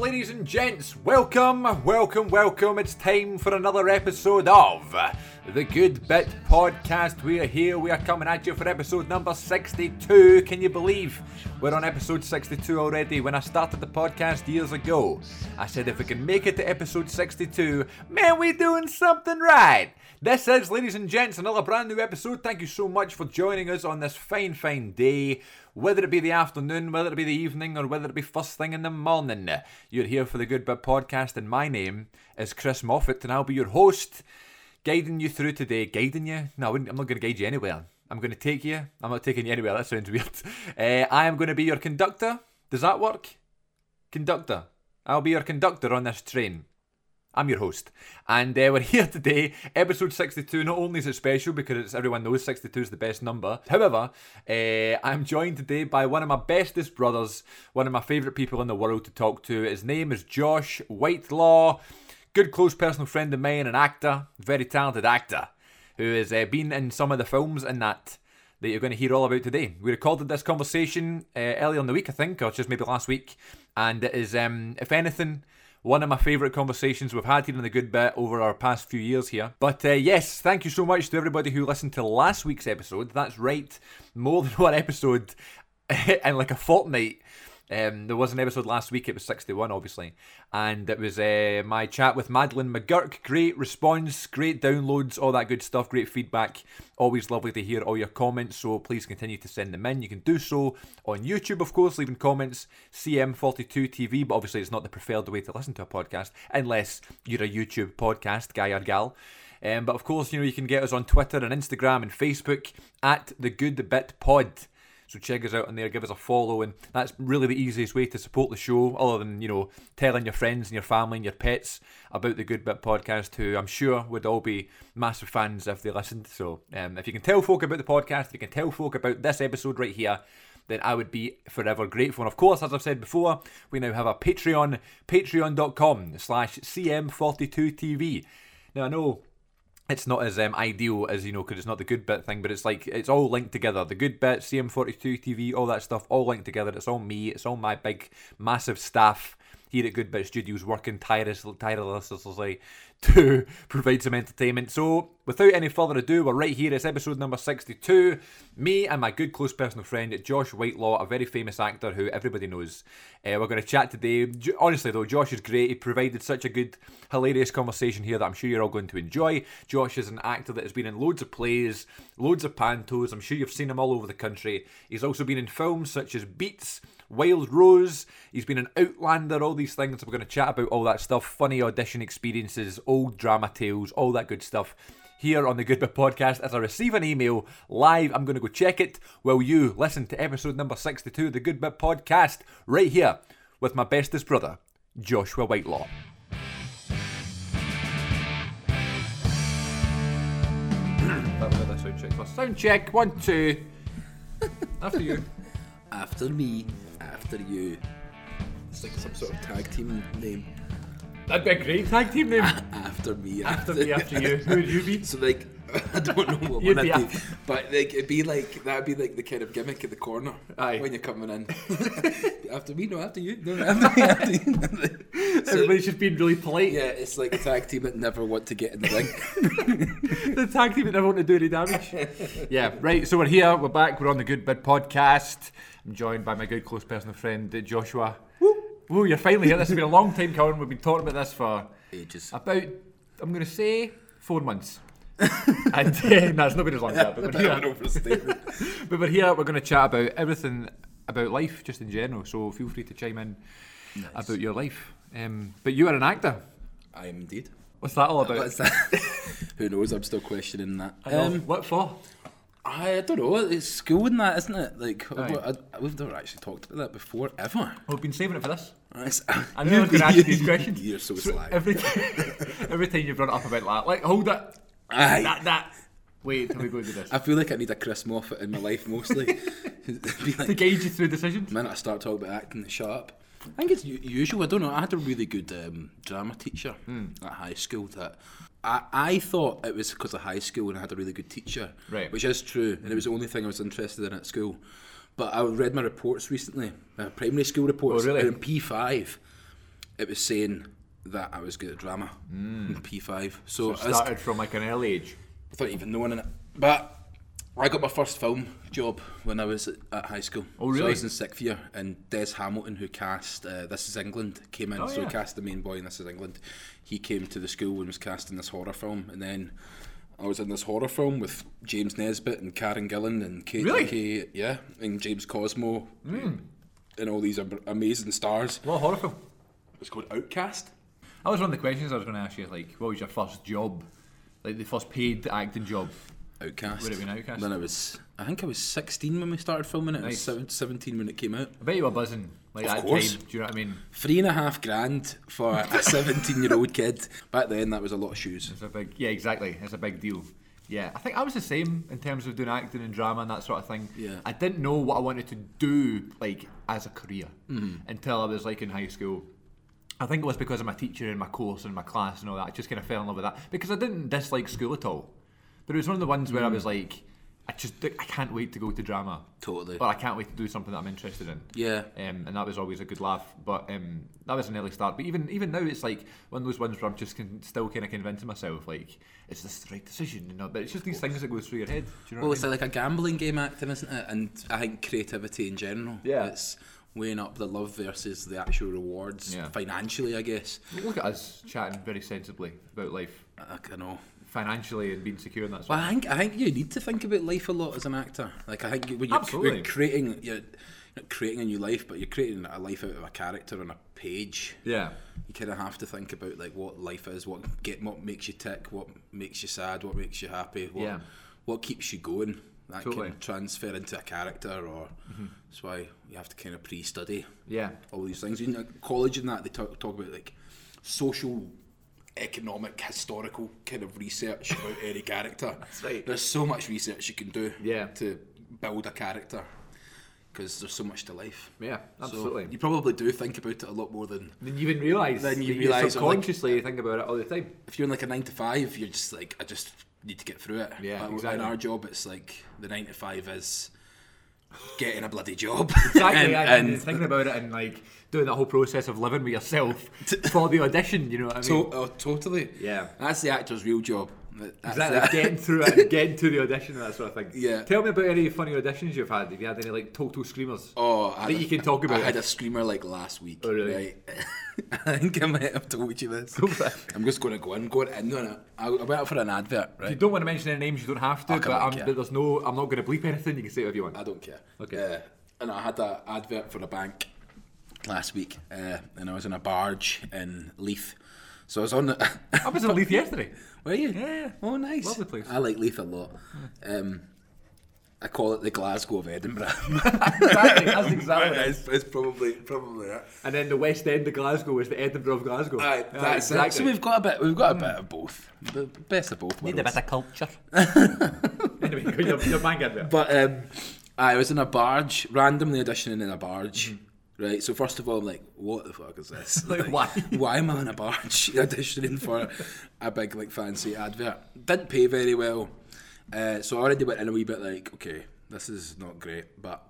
ladies and gents, welcome, welcome, welcome. It's time for another episode of the Good Bit Podcast. We are here, we are coming at you for episode number 62. Can you believe we're on episode 62 already? When I started the podcast years ago, I said if we can make it to episode 62, man, we're doing something right. This is, ladies and gents, another brand new episode. Thank you so much for joining us on this fine, fine day whether it be the afternoon, whether it be the evening, or whether it be first thing in the morning. You're here for the Good Bit Podcast, and my name is Chris Moffat, and I'll be your host, guiding you through today. Guiding you? No, I wouldn't- I'm not going to guide you anywhere. I'm going to take you. I'm not taking you anywhere. That sounds weird. Uh, I am going to be your conductor. Does that work? Conductor. I'll be your conductor on this train. I'm your host, and uh, we're here today, episode 62. Not only is it special because it's, everyone knows 62 is the best number, however, uh, I'm joined today by one of my bestest brothers, one of my favourite people in the world to talk to. His name is Josh Whitelaw, good close personal friend of mine, an actor, very talented actor, who has uh, been in some of the films and that that you're going to hear all about today. We recorded this conversation uh, earlier in the week, I think, or just maybe last week, and it is, um, if anything, one of my favourite conversations we've had here in the good bit over our past few years here. But uh, yes, thank you so much to everybody who listened to last week's episode. That's right, more than one episode in like a fortnight. Um, there was an episode last week. It was 61, obviously, and it was uh, my chat with Madeline McGurk. Great response, great downloads, all that good stuff. Great feedback. Always lovely to hear all your comments. So please continue to send them in. You can do so on YouTube, of course, leaving comments. CM42 TV, but obviously it's not the preferred way to listen to a podcast unless you're a YouTube podcast guy or gal. Um, but of course, you know you can get us on Twitter and Instagram and Facebook at the Good Bit Pod. So check us out on there, give us a follow, and that's really the easiest way to support the show, other than, you know, telling your friends and your family and your pets about the Good Bit podcast, who I'm sure would all be massive fans if they listened. So um, if you can tell folk about the podcast, if you can tell folk about this episode right here, then I would be forever grateful. And of course, as I've said before, we now have a Patreon, patreon.com slash CM42TV. Now I know it's not as um, ideal as you know because it's not the good bit thing but it's like it's all linked together the good bit cm42 tv all that stuff all linked together it's all me it's all my big massive staff here at good bit studios working tireless, tirelessly to provide some entertainment so without any further ado we're right here it's episode number 62 me and my good close personal friend josh whitelaw a very famous actor who everybody knows uh, we're going to chat today J- honestly though josh is great he provided such a good hilarious conversation here that i'm sure you're all going to enjoy josh is an actor that has been in loads of plays loads of pantos i'm sure you've seen him all over the country he's also been in films such as beats Wild Rose. He's been an Outlander, all these things. We're going to chat about all that stuff, funny audition experiences, old drama tales, all that good stuff. Here on the Good Bit Podcast, as I receive an email live, I'm going to go check it. Will you listen to episode number 62 of the Good Bit Podcast right here with my bestest brother, Joshua Whitelaw? That was another sound check. first. Sound check, one, two. After you. After me, after you. It's like some sort of tag team name. That'd be a great tag team name. After me, After me, after you. Who would you be? So like, I don't know what You'd one I'd be be, after- but like it'd be like that'd be like the kind of gimmick at the corner Aye. when you're coming in. after me, no, after you, no, after me, after you. So, Everybody's just being really polite. yeah, it's like a tag team that never want to get in the ring. the tag team that never want to do any damage. yeah, right. So we're here. We're back. We're on the Good Bid podcast. I'm joined by my good close personal friend uh, Joshua. Woo! Woo! You're finally here. This has been a long time coming. We've been talking about this for Ages. about. I'm going to say four months. and uh, no, it's not been as long as that. But we're Bit of an here. overstatement. but we're here. We're going to chat about everything about life, just in general. So feel free to chime in about your life. Um, but you are an actor. I am indeed. What's that all about? What's that? Who knows? I'm still questioning that. Um, what for? I don't know. It's school and that, isn't it? Like Aye. I, I- we've never actually talked about that before ever. We've been saving it for this. It's- I knew I was going to ask you these questions. You're so sly. Every every time you brought it up about that, like hold that, Aye. that, that. Wait till we go to this I feel like I need a Chris Moffat in my life mostly. Be to like, the guide you through decisions. minute I start talking about acting, shut up. I think it's u- usual. I don't know. I had a really good um, drama teacher Hmm. at high school that. I, I thought it was because of high school and I had a really good teacher, Right. Hmm. which is true, and it was the only thing I was interested in at school. But I read my reports recently, my primary school reports, Oh, really? and in P5, it was saying that I was good at drama in P5. So, I, was, I Hmm. Started from like an early age. thought even knowing it. But I got my first film job when I was at, at high school. Oh, So I really? was in sixth year, and Des Hamilton, who cast uh, This Is England, came in. Oh, so yeah. he cast the main boy in This Is England. He came to the school and was cast in this horror film, and then. I was in this horror film with James Nesbitt and Karen Gillan and Kate Really? Hmm. Kay- yeah, and James Cosmo and all these am- amazing stars. What a horror film. It's called Outcast. That was one of the questions I was going to ask you. Like, what was your first job? Like the first paid acting job. Outcast. Would it have been Outcast? Then I was, I think I was 16 when we started filming it, Nice. and seven- 17 when it came out. I bet you were buzzing. Like Of that course. time. Do you know what I mean? Three and a half grand for a 17 year old kid. Back then, that was a lot of shoes. It's a big. Yeah, exactly. It's a big deal. Yeah, I think I was the same in terms of doing acting and drama and that sort of thing. Yeah. I didn't know what I wanted to do like as a career until I was like in high school. I think it was because of my teacher and my course and my class and all that. I just kind of fell in love with that because I didn't dislike school at all. But it was one of the ones where I was like, I just I can't wait to go to drama. Totally. But I can't wait to do something that I'm interested in. Yeah. Um, and that was always a good laugh. But um, that was an early start. But even even now, it's like one of those ones where I'm just con- still kind of convincing myself like it's this the right decision, you know. But it's just these things that goes through your head. Do you know Well, what I it's mean? like a gambling game, acting, isn't it? And I think creativity in general. Yeah. It's weighing up the love versus the actual rewards Yeah. financially, I guess. Look at us chatting very sensibly about life, I, I know. financially and being secure and that. Sort Well, I think I think you need to think about life a lot as an actor. Like I think when you're, Absolutely. you're creating, you're not creating a new life, but you're creating a life out of a character on a page. Yeah. You kind of have to think about like what life is, what get what makes you tick, what makes you sad, what makes you happy, what Yeah. what keeps you going. That Totally. Mm-hmm. can transfer into a character, or that's why you have to kind of pre-study Yeah. all these things. In college and that, they talk, talk about like social, economic, historical kind of research about any character. That's right. There's so much research you can do Yeah. to build a character because there's so much to life. Yeah. So Absolutely. you probably do think about it a lot more than then you even realise. Then you that realise, oh, like- subconsciously you think about it all the time. if you're in like a nine to five, you're just like, I just need to get through it. Yeah, But exactly. In our job, it's like the nine to five is getting a bloody job. Exactly, And- and, and- thinking about it and like doing that whole process of living with yourself for the audition, you know what I mean? To- oh, totally. Yeah. That's the actor's real job. That's that. Exactly, getting through it, and getting to the audition and that sort of thing. Yeah. Tell me about any funny auditions you've had. Have you had any like total screamers? Oh, I that had you a- can talk about. I had a screamer like last week. Oh, really? Right? I think I might have told you this. for it. I'm just going to go in, go in. No, no. I, I went out for an advert, you right? don't want to mention any names, you don't have to. Oh, but come on, I'm, yeah. but there's no, I'm not going to bleep anything. You can say whatever you want. I don't care. Okay. Uh, and I had an advert for a bank last week, uh, and I was in a barge in Leith. So I was on the. I was in Leith yesterday. Were you? Yeah. Oh, nice. Lovely place. I like Leith a lot. Um, I call it the Glasgow of Edinburgh. Exactly, that's exactly. it. it's, it's probably probably that. And then the West End of Glasgow was the Edinburgh of Glasgow. Aye, Yeah, that's it. So we've got a bit. We've got a bit of both. The best of both worlds. of culture. anyway, go your, your bank advert. But um, I was in a barge, randomly auditioning in a barge. Right, so first of all, I'm like, what the fuck is this? Mm-hmm. Like, why? Why am I in a barge auditioning for a big, like, fancy advert? Didn't pay very well. Uh, so I already went in a wee bit like, okay, this is not great, but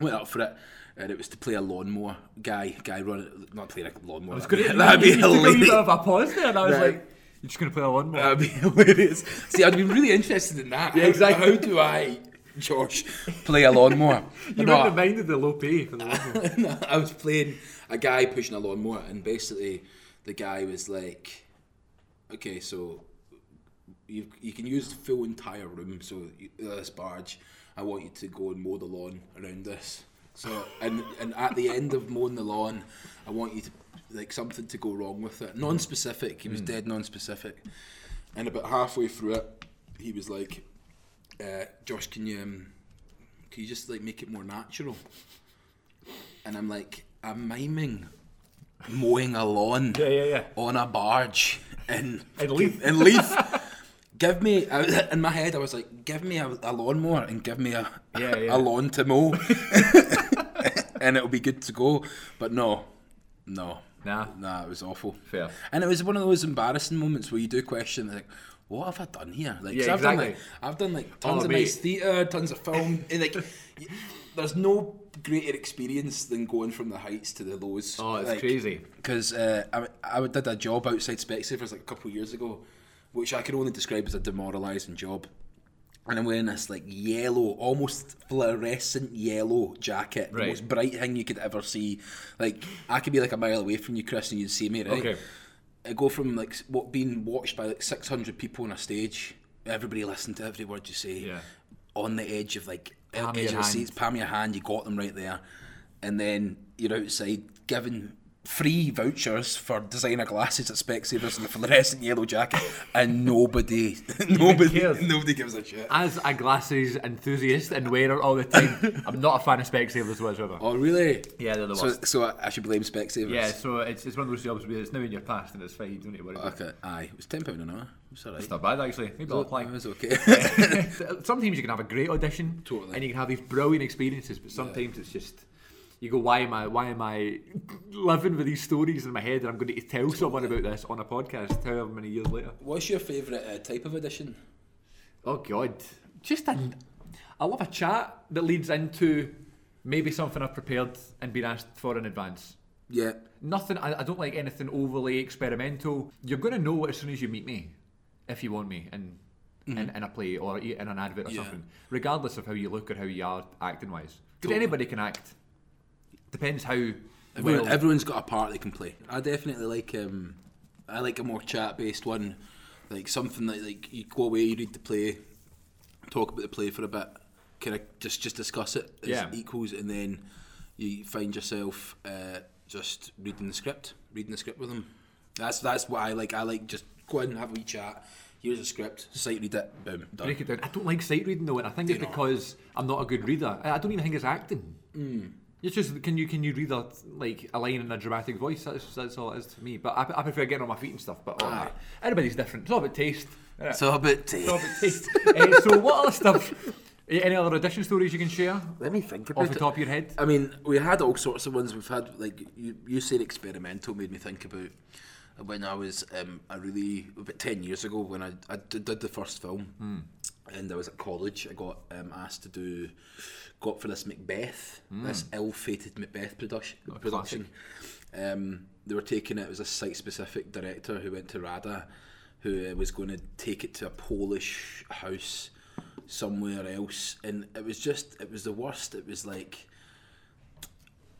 went up for it. And it was to play a lawnmower guy, guy running, not playing a I lawnmower. was that'd going to. be- that'd be you took a wee hilarious. bit of a pause there, and I was Right. Uh, like, "You're just going to play a lawnmower." That'd be hilarious. See, I'd be really interested in that. Yeah, exactly. How do I, Josh, play a lawnmower? you No, wouldn't have minded the low pay for the lawnmower. no, I was playing a guy pushing a lawnmower, and basically the guy was like, "Okay, so you you can use the full entire room. So you, this barge, I want you to go and mow the lawn around this. So and and at the end of mowing the lawn, I want you to like something to go wrong with it. Non-specific. He was dead non-specific. And about halfway through it, he was like, uh, "Josh, can you?" Um, can you just like make it more natural? And I'm like, I'm miming mowing a lawn Yeah, yeah, yeah. on a barge in In Leith. In Leith. give me I, was- in my head, I was like, give me a, a lawnmower and give me a Yeah, yeah. a lawn to mow, and it'll be good to go. But no, no, Nah. nah, it was awful. Fair. And it was one of those embarrassing moments where you do question like. What have I done here? Like, 'cause Yeah, I've done exactly. like, I've done like tons Oh, of mate. nice theatre, tons of film, and like, y- there's no greater experience than going from the heights to the lows. Oh, it's crazy. Because uh, I, I did a job outside Specsavers like a couple of years ago, which I can only describe as a demoralising job. And I'm wearing this like yellow, almost fluorescent yellow jacket, the Right. most bright thing you could ever see. Like I could be like a mile away from you, Chris, and you'd see me, right? Okay. I go from like s- what being watched by like 600 people on a stage, everybody listened to every word you say, Yeah. on the edge of like Palm edge your of the hand. seats, palm your hand, you got them right there, and then you're outside giving free vouchers for designer glasses at Specsavers and the fluorescent yellow jacket, and nobody, nobody, cares? nobody gives a shit. As a glasses enthusiast and wearer all the time, I'm not a fan of Specsavers whatsoever. Oh really? Yeah, they're the So, worst. so I, I should blame Specsavers. Yeah, so it's, it's one of those jobs where it's now in your past and it's fine, you don't need to worry about it. Okay. Aye, it was ten pound an hour. It was alright. It's not bad actually. Maybe I'll apply. It was okay. sometimes you can have a great audition Totally. and you can have these brilliant experiences but sometimes it's just you go why am I why am I living with these stories in my head and I'm going to tell someone about this on a podcast however many years later What's your favourite uh, type of edition? oh god just a I love a chat that leads into maybe something I've prepared and been asked for in advance Yeah. nothing I, I don't like anything overly experimental you're going to know as soon as you meet me if you want me in, in, in a play or e- in an advert or Mm-hmm. Yeah. something regardless of how you look or how you are acting wise because Totally. anybody can act depends how Everyone, well, everyone's got a part they can play. I definitely like um, I like a more chat based one, like something that like you go away, you read the play, talk about the play for a bit, kind of just just discuss it as Yeah. equals, and then you find yourself uh, just reading the script, reading the script with them. That's that's what I like. I like just go in and have a wee chat. Here's a script, sight read it, boom, done. break it down I don't like sight reading though and I think it's you not? because I'm not a good reader I I don't even think it's acting Mm. It's just can you can you read a like a line in a dramatic voice? That's that's all it is to me. But I, I prefer getting on my feet and stuff. But all Ah. right. everybody's different. It's all about taste. innit? So a bit. Uh, so what other stuff? eh, Any other audition stories you can share Let me think about off the it. top of your head? I mean, we had all sorts of ones. We've had like you, you said experimental made me think about when I was um, I really about ten years ago when I, I d- did the first film and I was at college. I got um, asked to do got for this Macbeth, this ill-fated Macbeth production. production. Um, they were taking it. It was a site-specific director who went to Rada, who uh, was going to take it to a Polish house somewhere else, and it was just it was the worst. It was like.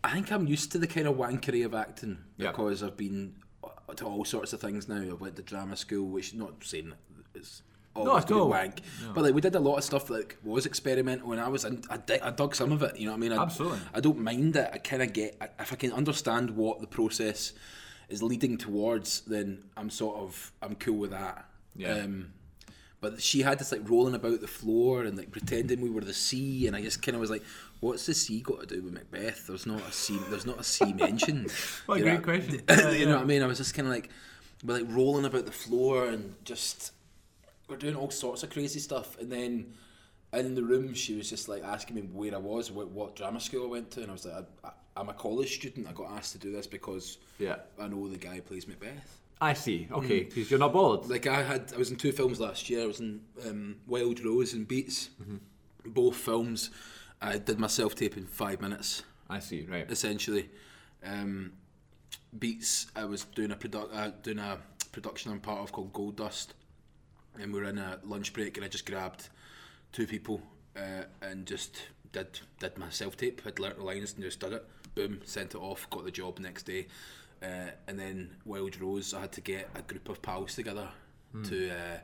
I think I'm used to the kind of wankery of acting Yeah. because I've been uh, to all sorts of things now. I've went to drama school, which not saying it's all Not at all. wank, but like we did a lot of stuff that was experimental, and I was in, I, di- I dug some of it. You know what I mean? I, Absolutely. I don't mind it. I kind of get I- if I can understand what the process is leading towards, then I'm sort of I'm cool with that. Yeah. Um, but she had this like rolling about the floor and like pretending we were the sea, and I just kind of was like, "What's the sea got to do with Macbeth? There's not a sea. There's not a sea mentioned." What a You know great question. you know what I mean? I was just kind of like, we're like rolling about the floor and just we're doing all sorts of crazy stuff. And then in the room, she was just like asking me where I was, what, what drama school I went to, and I was like, I, I, I'm a college student. I got asked to do this because Yeah. I know the guy who plays Macbeth. I see. Okay, because you're not bored. Like I had, I was in two films last year. I was in um, Wild Rose and Beats. Both films, I did my self tape in five minutes I see. Right. essentially. Um, Beats, I was doing a produ- uh, doing a production I'm part of called Gold Dust, and we were in a lunch break, and I just grabbed two people uh, and just did did my self tape. I'd learnt the lines and just did it. Boom, sent it off. Got the job next day, uh, and then Wild Rose, I had to get a group of pals together to. Uh,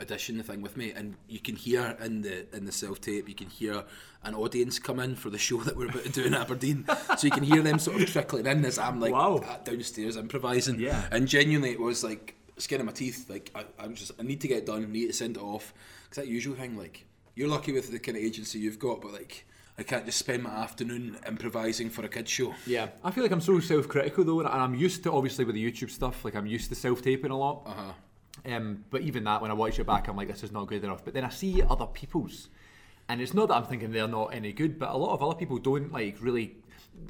audition the thing with me and you can hear in the in the self tape you can hear an audience come in for the show that we're about to do in Aberdeen so you can hear them sort of trickling in as I'm like Wow. at- downstairs improvising Yeah. and genuinely it was like skin of my teeth like I, I'm just I need to get it done I need to send it off because that usual thing like you're lucky with the kind of agency you've got but like I can't just spend my afternoon improvising for a kids show Yeah. I feel like I'm so self-critical though, and I'm used to obviously with the YouTube stuff. Like I'm used to self-taping a lot. Uh-huh. Um, but even that, when I watch it back, I'm like, this is not good enough. But then I see other people's, and it's not that I'm thinking they're not any good, but a lot of other people don't like really.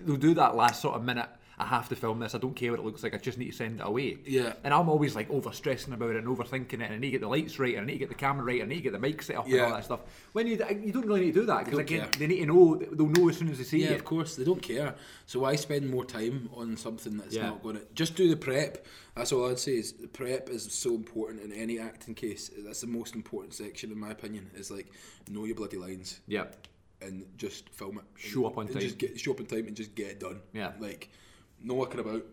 They'll do that last sort of minute. I have to film this. I don't care what it looks like. I just need to send it away. Yeah. And I'm always like overstressing about it and overthinking it. And I need to get the lights right. And I need to get the camera right. And I need to get the mic set up and Yeah. all that stuff. When you you don't really need to do that because Don't again, care. they need to know. They'll know as soon as they see Yeah, you. of course they don't care. So why spend more time on something that's Yeah. not going to just do the prep? That's all I'd say. Is the prep is so important in any acting case. That's the most important section in my opinion. Is like know your bloody lines Yeah. and just film it. Show up on and time. Just get show up on time and just get it done. Yeah. Like no mucking about,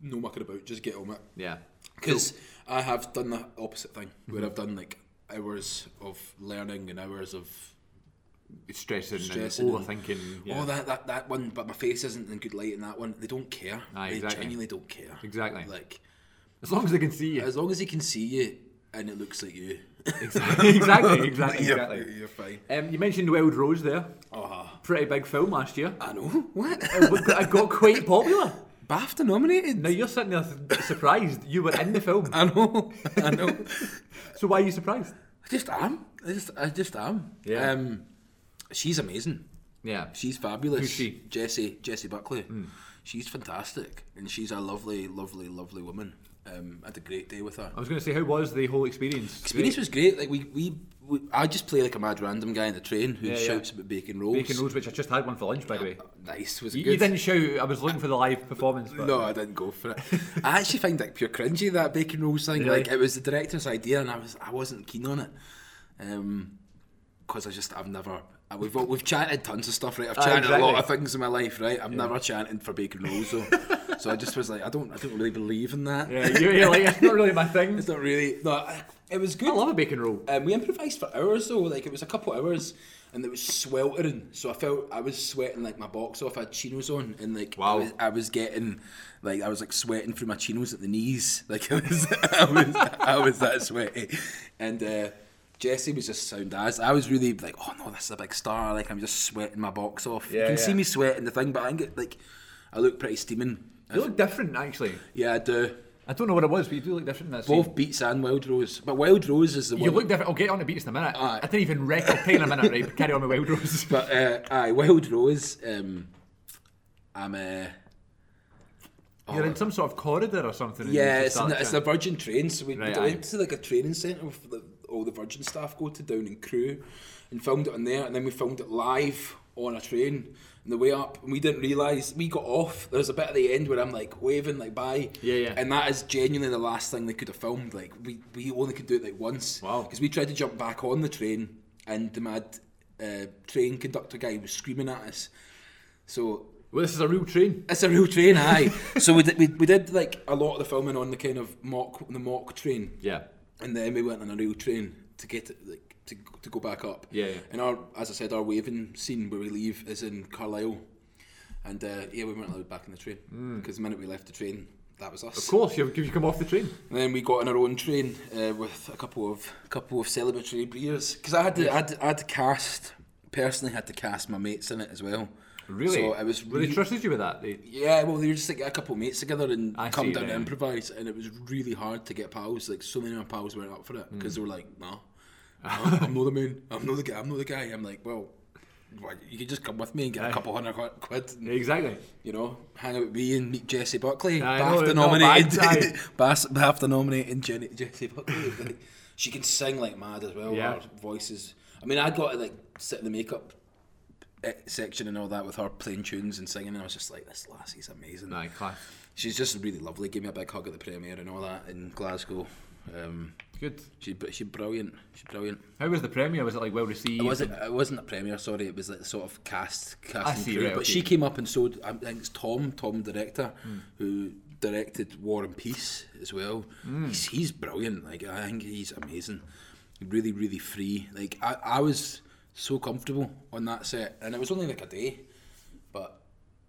no mucking about. Just get on it. Yeah. Because I have done the opposite thing Mm-hmm. where I've done like hours of learning and hours of Stressing, Stressing and and- overthinking. yeah. oh that, that that one but my face isn't in good light in that one they don't care Aye, they Ah, exactly. genuinely don't care Exactly. like As long as they can see you. as long as he can see you and it looks like you exactly. Exactly. Exactly. you're, exactly. you're fine Um, you mentioned Wild Rose there. oh Pretty big film last year. I know what I got quite popular. BAFTA nominated Now you're sitting there th- surprised you were in the film. I know I know So why are you surprised? I just am I just I just am Yeah. um she's amazing Yeah. She's fabulous. Who's she? Hmm. Jessie, Jessie Buckley. She's fantastic, and she's a lovely, lovely, lovely woman. Um, I had a great day with her. I was going to say, how was the whole experience? Experience was great. Like we, we, we, I just play like a mad random guy in the train who Yeah, yeah. shouts about bacon rolls. Bacon Roads, which I just had one for lunch, by the way. Nice was it You, good. you didn't shout. I was looking for the live performance. But No, I didn't go for it. I actually find it pure cringy that bacon rolls thing. Really? Like it was the director's idea, and I was I wasn't keen on it. Um 'cause because I just I've never. I- We've all- we've chanted tons of stuff, right? I've chanted a lot of Ah, exactly. things in my life, right? I've never chanted for bacon rolls, so so I just was like, I don't I don't really believe in that. Yeah, you're, you're like, it's not really my thing. It's not really. No, I- it was good. I love a bacon roll. Um, we improvised for hours though, like it was a couple hours, and it was sweltering. So I felt I was sweating like my box off. I had chinos on, and like Wow. I, was, I was getting, like I was like sweating through my chinos at the knees. Like I was, I was, I was that sweaty, and. uh Jesse was just sound as I was really like, oh no, this is a big star. Like I'm just sweating my box off. Yeah, you can yeah. see me sweating the thing, but I think it, like I look pretty steaming. You look different, actually. Yeah, I do. I don't know what it was, but you do look different in that scene. Both beats and Wild Rose, but Wild Rose is the You one. look different. I'll get on the beats in a minute. Aye. I didn't even rec. I'll play in a minute, right? But carry on with Wild Rose. But uh, aye, Wild Rose. Um, I'm uh, You're in some sort of corridor or something. and you Oh. yeah, just it's, start an, it's a chatting. Virgin train, so we, Right, we aye. went to like a training centre for the, all the Virgin staff go to down in Crewe, and filmed it on there, and then we filmed it live on a train on the way up, and we didn't realise we got off. There's a bit at the end where I'm like waving like bye, Yeah, yeah. and that is genuinely the last thing they could have filmed. Like we we only could do it like once, Wow. because we tried to jump back on the train, and the mad uh, train conductor guy was screaming at us, so well, this is a real train. It's a real train, aye. so we did, we, we did like a lot of the filming on the kind of mock the mock train, Yeah. and then we went on a real train to get it, like to, to go back up. Yeah, yeah. And our as I said, our waving scene where we leave is in Carlisle, and uh, yeah, we weren't allowed back in the train because the minute we left the train, that was us. Hmm. Of course, you've, you've come off the train. And then we got on our own train uh, with a couple of couple of celebratory beers because I had to, I had to, I had to cast personally had to cast my mates in it as well. Really? So it was Well, really they trusted you with that. They, Yeah, well, they were just like a couple of mates together and I see, come down yeah. and improvise, and it was really hard to get pals. Like so many of my pals weren't up for it because Hmm. they were like, "No, no, I'm not the man. I'm not the guy. I'm not the guy." I'm like, "Well, why- you could just come with me and get a couple hundred qu- quid, and, exactly. you know, hang out with me and meet Jesse Buckley, I know, BAFTA it's not bad, nominated, aye. Bas- BAFTA nominated Jenny, Jesse Buckley." It was like- she can sing like mad as well. Yeah. Her voices. I mean, I got to like sit in the makeup eh, section and all that with her playing tunes and singing and I was just like this lassie's amazing Aye, class. She's just really lovely. Gave me a big hug at the premiere and all that in Glasgow. Um, Good. she she's brilliant. She's brilliant. How was the premiere? Was it like well received? It wasn't it wasn't a premiere. Sorry, it was like the sort of cast cast. I and see, crew, right, but okay. Hmm. she came up and so did- I think it's Tom, Tom director, who directed War and Peace as well. Hmm. He's, he's brilliant. Like I think he's amazing. Really, really free. Like I, I was so comfortable on that set, and it was only like a day, but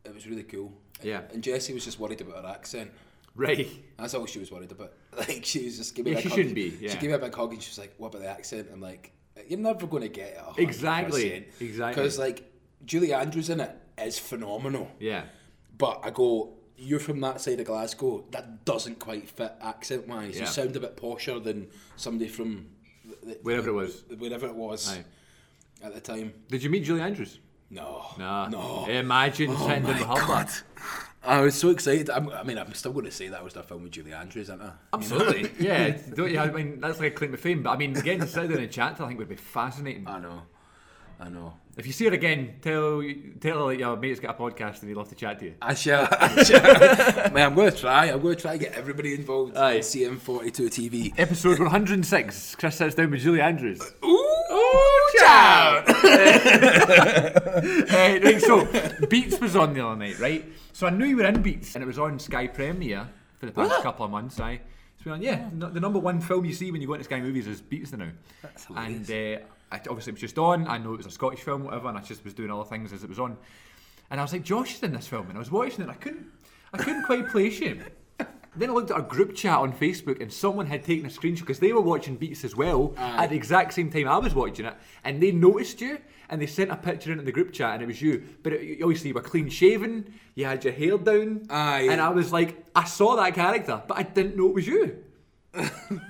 it was really cool. Yeah. And Jessie was just worried about her accent. Right. That's all she was worried about. Like she was just giving Yeah, me a she hug. shouldn't be, yeah. She gave me a big hug and she was like, "What about the accent?" I'm like, "You're never going to get it." 100%. Exactly, exactly. Because like Julie Andrews in it is phenomenal. Yeah. But I go, "You're from that side of Glasgow. That doesn't quite fit accent wise. Yeah. You sound a bit posher than somebody from th- th- Wherever it was. Wherever it was Aye. at the time. Did you meet Julie Andrews? No. Nah. No. Imagine Oh sitting down my with her. god. I was so excited. I'm, I mean, I'm still going to say that was the film with Julie Andrews, isn't I? Absolutely. yeah, don't you? I mean, that's like a claim to fame. But I mean, getting to sit down and chat, to her, I think would be fascinating. I know. I know. If you see her again, tell tell her that your mate's got a podcast and he'd love to chat to you. I shall. I shall. Man, I'm going to try. I'm going to try to get everybody involved. Aye. CM42 TV. Episode 106. Chris sits down with Julie Andrews. Ooh, child. Eh, right, so Beats was on the other night, right? So I knew you were in Beats, and it was on Sky Premier for the past Was it? couple of months. I so we went, yeah, no- the number one film you see when you go into Sky Movies is Beats the now. That's hilarious. And uh, I, obviously it was just on. I know it was a Scottish film, whatever, and I just was doing other things as it was on. And I was like, Josh is in this film, and I was watching it. And I couldn't, I couldn't quite place him. Then I looked at a group chat on Facebook, and someone had taken a screenshot because they were watching Beats as well at the exact same time I was watching it, and they noticed you, and they sent a picture into the group chat, and it was you. But it, you- obviously, you were clean shaven, you had your hair down, Aye. and I was like, I saw that character, but I didn't know it was you.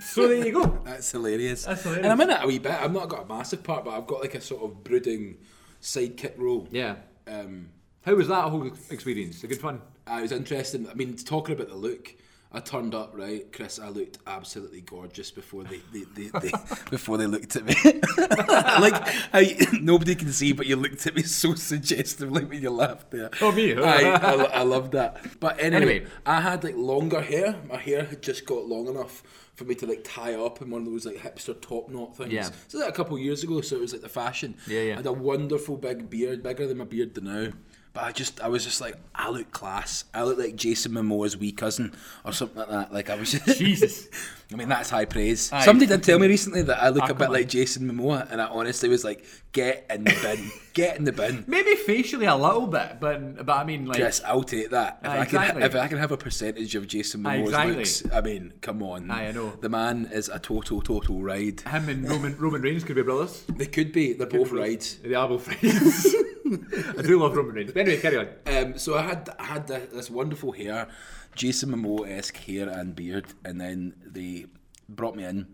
so there you go. That's hilarious. That's hilarious. And I'm in it a wee bit. I've not got a massive part, but I've got like a sort of brooding sidekick role. Yeah. Um, How was that whole experience? A good fun. I Uh, was interested. I mean, talking about the look, I turned up right, Chris. I looked absolutely gorgeous before they, they, they, they before they looked at me. like I, nobody can see, but you looked at me so suggestively when you laughed there. Oh, me? I, I, lo- I love that. But anyway, Anyway. I had like longer hair. My hair had just got long enough for me to like tie up in one of those like hipster top knot things. Yeah. So that a couple of years ago, so it was like the fashion. Yeah, yeah. I had a wonderful big beard, bigger than my beard than now. But I just, I was just like, I look class. I look like Jason Momoa's wee cousin or something like that. Like I was just, Jesus. I mean, that's high praise. Aye. Somebody did tell me recently that I look Ah, a bit come like on. Jason Momoa, and I honestly was like, get in the bin, get in the bin. Maybe facially a little bit, but but I mean like Yes, I'll take that. If, Aye, I can, exactly. if I can have a percentage of Jason Aye, Momoa's exactly. looks, I mean, come on. Aye, I know. The man is a total, total ride. him and Roman Roman Reigns could be brothers. They could be. They're both rides. The elbow friends. I do love Roman Reigns. But anyway, carry on. Um, so I had I had th- this wonderful hair, Jason Momoa esque hair and beard, and then they brought me in,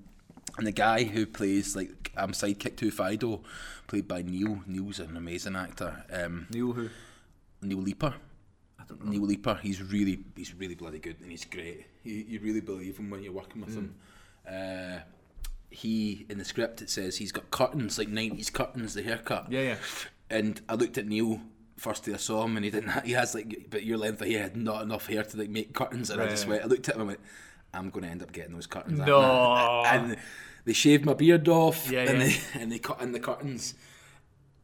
and the guy who plays like I'm sidekick to Fido, played by Neil. Neil's an amazing actor. Um, Neil who? Neil Leaper. I don't know. Neil Leaper. He's really he's really bloody good and he's great. You, you really believe him when you're working with him. Hmm. Uh, he in the script it says he's got curtains like nineties curtains the haircut. Yeah, yeah. And I looked at Neil first day I saw him and he didn't. ha- He has like but your length of hair had not enough hair to like make curtains and I just Right. went. I looked at him and went. I'm going to end up getting those curtains. aren't No. I?" And they shaved my beard off Yeah, and yeah. they and they cut in the curtains.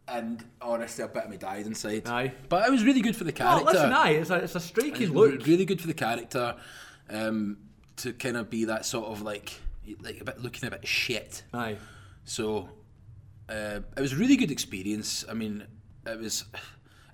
And honestly, a bit of me died inside. Aye. But it was really good for the Oh, character. listen, aye, it's a it's a striking It's look. really good for the character um, to kind of be that sort of like like a bit looking a bit shit. Aye. So uh, it was a really good experience. I mean, it was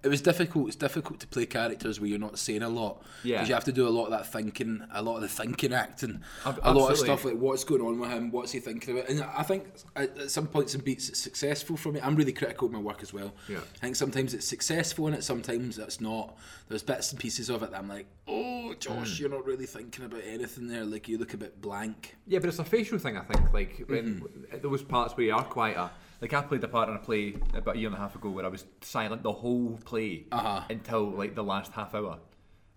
it was difficult. It's difficult to play characters where you're not saying a lot Yeah. you have to do a lot of that thinking, a lot of the thinking acting, Ab- a lot of absolutely. stuff like what's going on with him, what's he thinking about. And I think at, at some points in beats it's successful for me. I'm really critical of my work as well. Yeah. I think sometimes it's successful and it sometimes it's not. There's bits and pieces of it that I'm like, oh, Josh, Hmm. you're not really thinking about anything there. Like you look a bit blank. Yeah, but it's a facial thing, I think. Like when those parts where you are quieter. Like I played a part in a play about a year and a half ago where I was silent the whole play Uh-huh. until like the last half hour,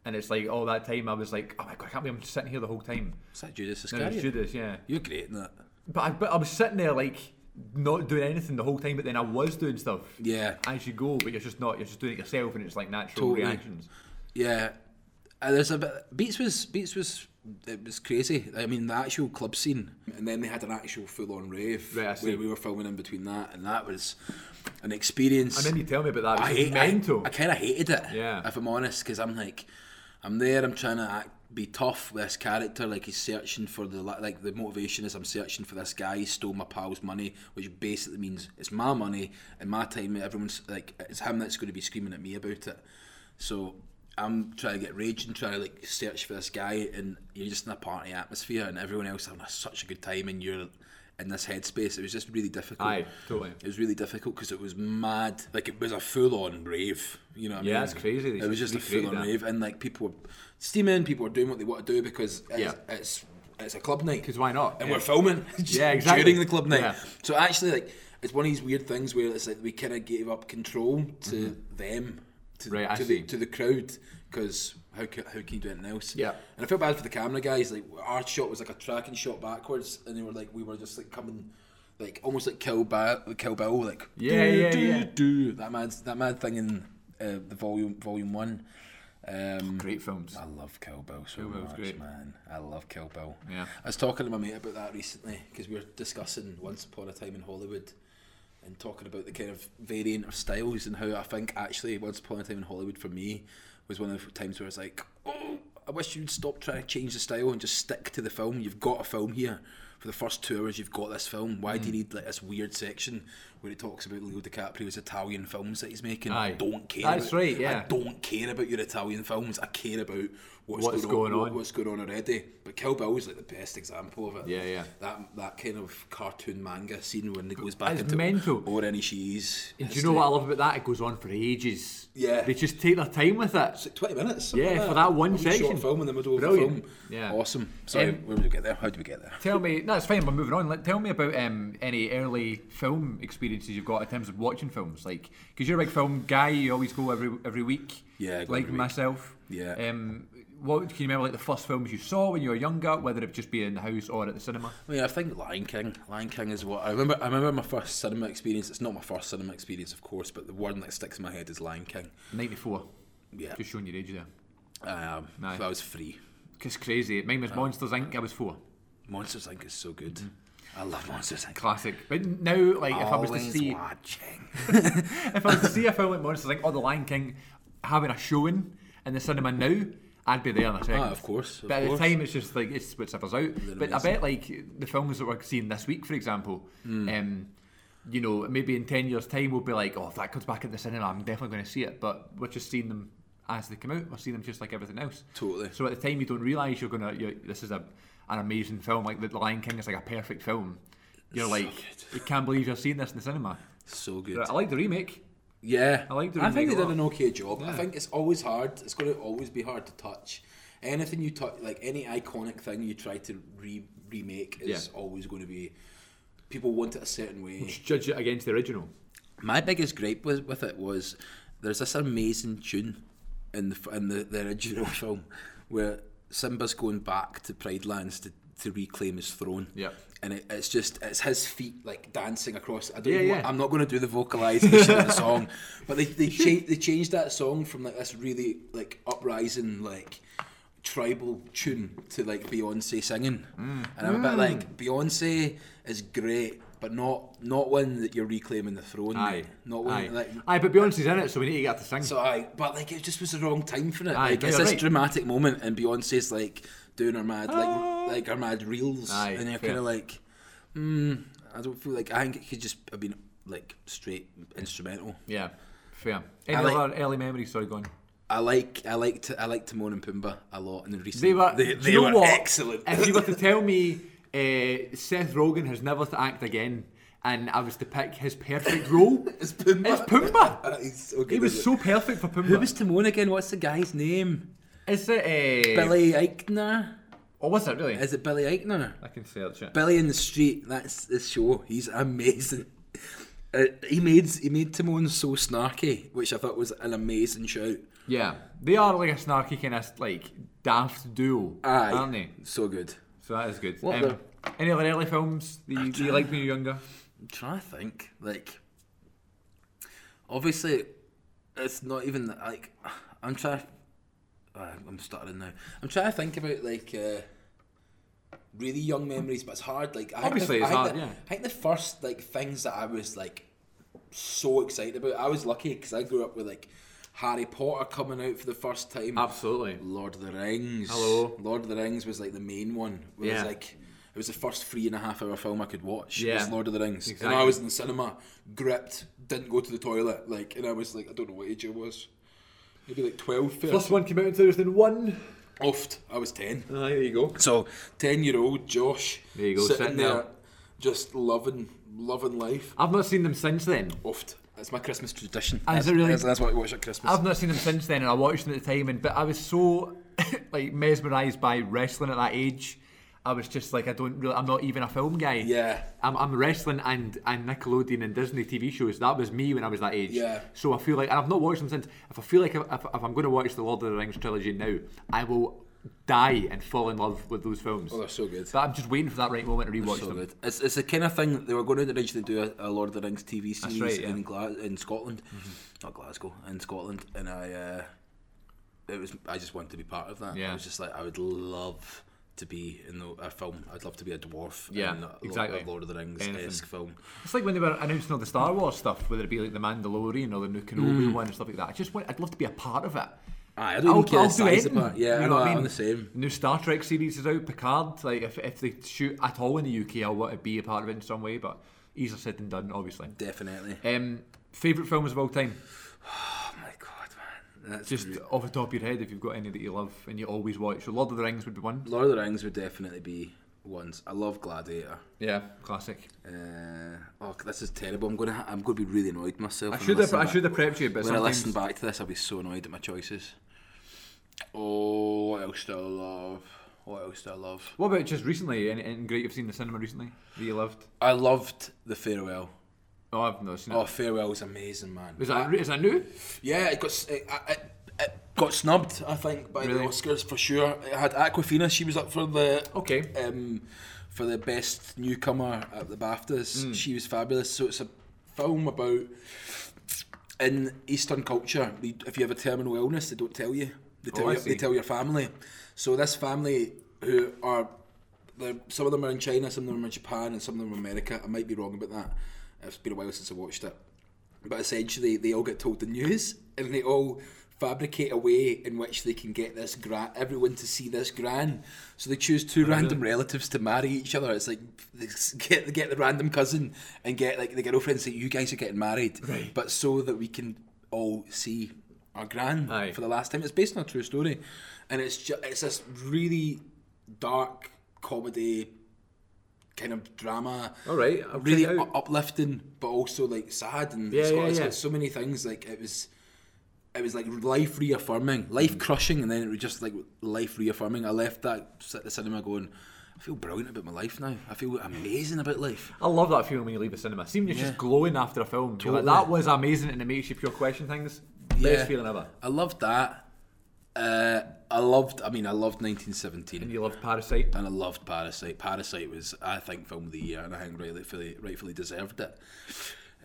and it's like all that time I was like, oh my god, I can't believe I'm sitting here the whole time. Is that Judas No, it Iscariot? was Judas, yeah. You're great in that. But I, but I was sitting there like not doing anything the whole time, but then I was doing stuff Yeah. as you go, but you're just not. You're just doing it yourself, and it's like natural Totally. reactions. Yeah, uh, there's a bit. Beats was Beats was it was crazy. I mean, the actual club scene, and then they had an actual full-on rave Right, I see. where we were filming in between that, and that was an experience. I remember you telling me about that. It I was hate, mental. I, kind of hated it. Yeah. If I'm honest, because I'm like, I'm there. I'm trying to act, be tough with this character. Like he's searching for the li- like the motivation is I'm searching for this guy. He stole my pal's money, which basically means it's my money and my time. Everyone's like, it's him that's going to be screaming at me about it. So. I'm trying to get rage and trying to like search for this guy, and you're just in a party atmosphere, and everyone else having a, such a good time, and you're in this headspace. It was just really difficult. Aye, totally. It was really difficult because it was mad. Like it was a full-on rave. You know what I Yeah, mean? that's crazy they It was just just a recreated full-on that. rave, and like people were steaming. People were doing what they want to do because it's Yeah. it's, it's a club night. 'Cause why not? And Yeah. we're filming. Yeah, exactly. During the club night. Yeah. So actually, like it's one of these weird things where it's like we kind of gave up control to them. to, Mm-hmm. Right, I to the see. to the crowd because how, ca- how can you do anything else? Yeah. And I felt bad for the camera guys. Like our shot was like a tracking shot backwards, and they were like we were just like coming, like almost like Kill Bill, Kill Bill, like Yeah, do, yeah, do, yeah. do that mad that mad thing in uh, the volume volume one. Um, Great films. I love Kill Bill so Bill's much, great. man. I love Kill Bill. Yeah. I was talking to my mate about that recently because we were discussing Once Upon a Time in Hollywood and talking about the kind of variant of styles and how I think actually Once Upon a Time in Hollywood for me was one of the times where I was like, oh, I wish you'd stop trying to change the style and just stick to the film. You've got a film here. For the first two hours, you've got this film. Why Mm. do you need like this weird section where it talks about Leo DiCaprio's Italian films that he's making? I Aye. don't care. That's about- right, I yeah. don't care about your Italian films. I care about what's, What's going, going on, on. what's going on already. But Kill Bill is like the best example of it. Yeah, yeah. That that kind of cartoon manga scene when it goes back It's into mental. or any she's. And do you know what I love about that? It goes on for ages. Yeah. They just take their time with it. Twenty minutes. something Yeah, like for that one A wee section. Short film in the middle of Brilliant. the film. Yeah. Awesome. Sorry, Um, where did we get there? How did we get there? Tell me, no, it's fine. We're moving on. Like, tell me about um, any early film experiences you've got in terms of watching films, like because you're a big film guy. You always go every every week. Yeah, I go like every week. myself. Yeah. Um, what can you remember? Like the first films you saw when you were younger, whether it just be in the house or at the cinema. I mean, I think Lion King. Lion King is what I remember. I remember my first cinema experience. It's not my first cinema experience, of course, but the one that sticks in my head is Lion King. Ninety four. Yeah. Just showing your age there. Um, Nice. so I was free. It's crazy. Mine was Monsters Inc. I was four. Monsters Inc is so good. I love Monsters Inc. Classic. But now, like, Mm. if I was to Always see, watching. if I was to see a film like Monsters Inc. or The Lion King having a showing in the cinema now, I'd be there in a second. Ah, of course. Of But at course. the time, it's just like it's whatever's out. but I bet like the films that we're seeing this week, for example, Hmm. um, you know, maybe in ten years' time, we'll be like, oh, if that comes back at the cinema, I'm definitely going to see it. But we're just seeing them as they come out. We're seeing them just like everything else. Totally. So at the time, you don't realise you're gonna. You're, this is a an amazing film. Like The Lion King is like a perfect film. You're like, you can't believe you're seeing this in the cinema. So good. But I like the remake. Yeah, I like the I think remake they a did lot. an okay job. I think it's always hard. It's going to always be hard to touch. Anything you touch, like any iconic thing you try to re- remake, is Yeah. always going to be. People want it a certain way. Judge it against the original. My biggest gripe with, with it was there's this amazing tune in the f- in the, the original film where Simba's going back to Pride Lands to, to reclaim his throne. Yeah. And it, it's just it's his feet like dancing across. I don't. Yeah, know what- yeah. I'm not going to do the vocalization of the song, but they they, cha- they changed that song from like this really like uprising like tribal tune to like Beyonce singing, Mm. and I'm a bit like Beyonce is great, but not not when that you're reclaiming the throne. Aye. mate. Mm. Not when Aye. like. Aye, but Beyonce's in it, so we need to get her to sing. So I, but like it just was the wrong time for it. Aye, like no, it's you're this right. dramatic moment, and Beyonce's like doing her mad, like like her mad reels, Ah. Aye, and you're fair. kind of like, mm, I don't feel like I think it could just have been like straight instrumental. yeah, fair. Any I like- other early memories? Sorry, gone. I like I like to, I like Timon and Pumbaa a lot in the recent. They were, do they, they you know were what? excellent. If you were to tell me uh, Seth Rogen has never to act again, and I was to pick his perfect role, It's Pumbaa. It's Pumbaa. He's so good he at was it. so perfect for Pumbaa. Who was Timon again? What's the guy's name? Is it? Uh, Billy Eichner. Or was it really? Is it Billy Eichner? I can search it. Billy in the Street. That's the show. He's amazing. Uh, he made he made Timon so snarky, which I thought was an amazing shout. Yeah, they are like a snarky kind of like daft duo, Aye, aren't they? so good. So that is good. What Um, any other early films that you, that you liked when you were younger? I'm trying to think. Like, obviously, it's not even like I'm trying. Uh, I'm starting now. I'm trying to think about like uh, really young memories, but it's hard. Like, I think Obviously, the, it's I think hard, the- yeah. I think the first like things that I was like so excited about. I was lucky because I grew up with like Harry Potter coming out for the first time. Absolutely. Lord of the Rings. Hello. Lord of the Rings was like the main one. It was Yeah. like it was the first three and a half hour film I could watch. It was Yeah. Lord of the Rings. And I Exactly. was in the cinema, gripped, didn't go to the toilet, like and I was like I don't know what age I was. Maybe like 12, 13. First one came out in 2001. Oft. I was ten. Ah, there you go. So ten year old Josh There you go, sitting, sitting there, there. just loving loving life. I've not seen them since then. Oft. That's my Christmas tradition. Ah, is that's, it really? that's, that's what I watch at Christmas. I've not seen them since then, and I watched them at the time, and but I was so like mesmerised by wrestling at that age. I was just like, I don't really, I'm not even a film guy. Yeah. I'm, I'm wrestling and, and Nickelodeon and Disney TV shows. That was me when I was that age. Yeah. So I feel like, and I've not watched them since. If I feel like if, if, if I'm going to watch the Lord of the Rings trilogy now, I will die and fall in love with those films. Oh, they're so good. But I'm just waiting for that right moment to rewatch so them. good. It's, it's the kind of thing that they were going to originally do a, a Lord of the Rings TV series right, yeah. Mm-hmm. in Gla- in Scotland, not Glasgow, in Scotland, and I uh, it was I just wanted to be part of that. I Yeah. was just like I would love to be in the, a film. I'd love to be a dwarf. Yeah, in a, Lord- exactly. a Lord of the Rings esque Anything. film. It's like when they were announcing all the Star Wars stuff, whether it be like the Mandalorian or the New Mm. Kenobi one and stuff like that. I just want, I'd love to be a part of it. Aye, I don't even care the size of anything, part. Yeah, I know, I'm the same. New Star Trek series is out, Picard. Like if, if they shoot at all in the UK, I want to be a part of it in some way. But easier said than done, obviously. Definitely. Um, favorite films of all time, Oh my god, man! That's just re- off the top of your head, if you've got any that you love and you always watch. So Lord of the Rings would be one. Lord of the Rings would definitely be ones. I love Gladiator. Yeah, classic. Uh, oh, this is terrible. I'm gonna, ha- I'm gonna be really annoyed with myself. I when should have, listen I back- should have prepped you, but When I listen sometimes back to this, I'll be so annoyed at my choices. Oh, what else do I love? What else do I love? what about just recently? Anything great you've seen in the cinema recently that you loved? I loved the farewell. Oh, I've not seen it. Oh, farewell is amazing, man. Is that is that new? Yeah, it got s- it, I- it, it got snubbed, I think, by the Really? Oscars for sure. It had Aquafina. She was up for the Okay. um, for the best newcomer at the BAFTAs. Mm. She was fabulous. So it's a film about in Eastern culture. we- If you have a terminal illness, they don't tell you. They tell Oh, I you, they see. tell your family. So this family who are they're- some of them are in China, some of them are in Japan, and some of them are in America. I might be wrong about that. It's been a while since I watched it. But essentially, they all get told the news, and they all fabricate a way in which they can get this gran, everyone to see this gran. So they choose two random relatives to marry each other. It's like they s- get get the random cousin and get like the girlfriend and say, "You guys are getting married," Right. but so that we can all see our gran Aye. for the last time. It's based on a true story, and it's just it's this really dark comedy kind of drama. All right, I'll Oh, check really it out. u- uplifting, but also like sad and Yeah, it's got, yeah, it's yeah. got so many things. Like it was, it was like life reaffirming, life crushing, and then it was just like life reaffirming. I left that s- at the cinema going. I feel brilliant about my life now. I feel amazing about life. I love that feeling when you leave the cinema. Seeing you're Yeah. just glowing after a film. You're like, Totally. that was amazing, and it makes you pure question things. Best Yeah. feeling ever. I loved that. Uh, I loved. I mean, I loved And 1917, you loved Parasite. and I loved Parasite. Parasite was, I think, film of the year, and I think rightfully, rightfully deserved it.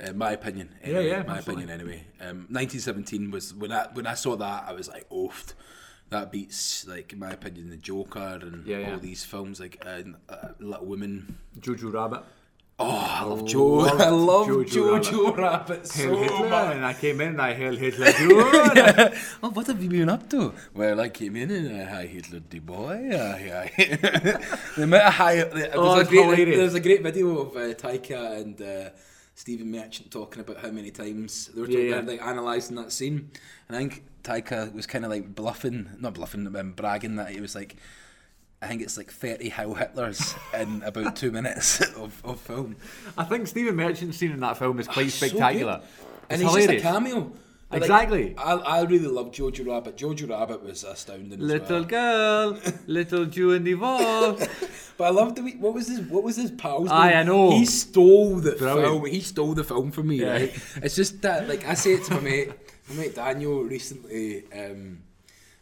Uh, my opinion. Anyway, yeah, my absolutely. opinion anyway. Um, 1917 was when I when I saw that, I was like, oofed. That beats, like, in my opinion, the Joker and Yeah, yeah. all these films, like uh, uh, Little Women. Jojo Rabbit. Oh, I love Joe. I love Jojo Jojo, Rabbit, so Hail Hitler. much. And I came in and I hailed Hitler. Joe. oh, what have you been up to? Well, I came in and I, I Hitler the boy. I, I they met a high. They, Oh, there's, a it's great, hilarious. there's a great video of uh, Taika and uh, Stephen Merchant talking about how many times they were talking, Yeah, yeah. like analysing that scene. And I think Taika was kind of like bluffing, not bluffing, um, bragging that he was like. I think it's like 30 How Hitlers in about two minutes of, of film. I think Stephen Merchant's scene in that film is quite Ah, So good. spectacular. It's and he's hilarious. just a cameo. Like, Exactly. I, I really love Jojo Rabbit. Jojo Rabbit was astounding. as little well. girl, little Jew in the wall. But I love the wee- what was his what was his pal's Aye, name? I know. He stole the Brilliant. film. He stole the film from me. Yeah. Right? It's just that like I say it to my mate, my mate Daniel recently. Um,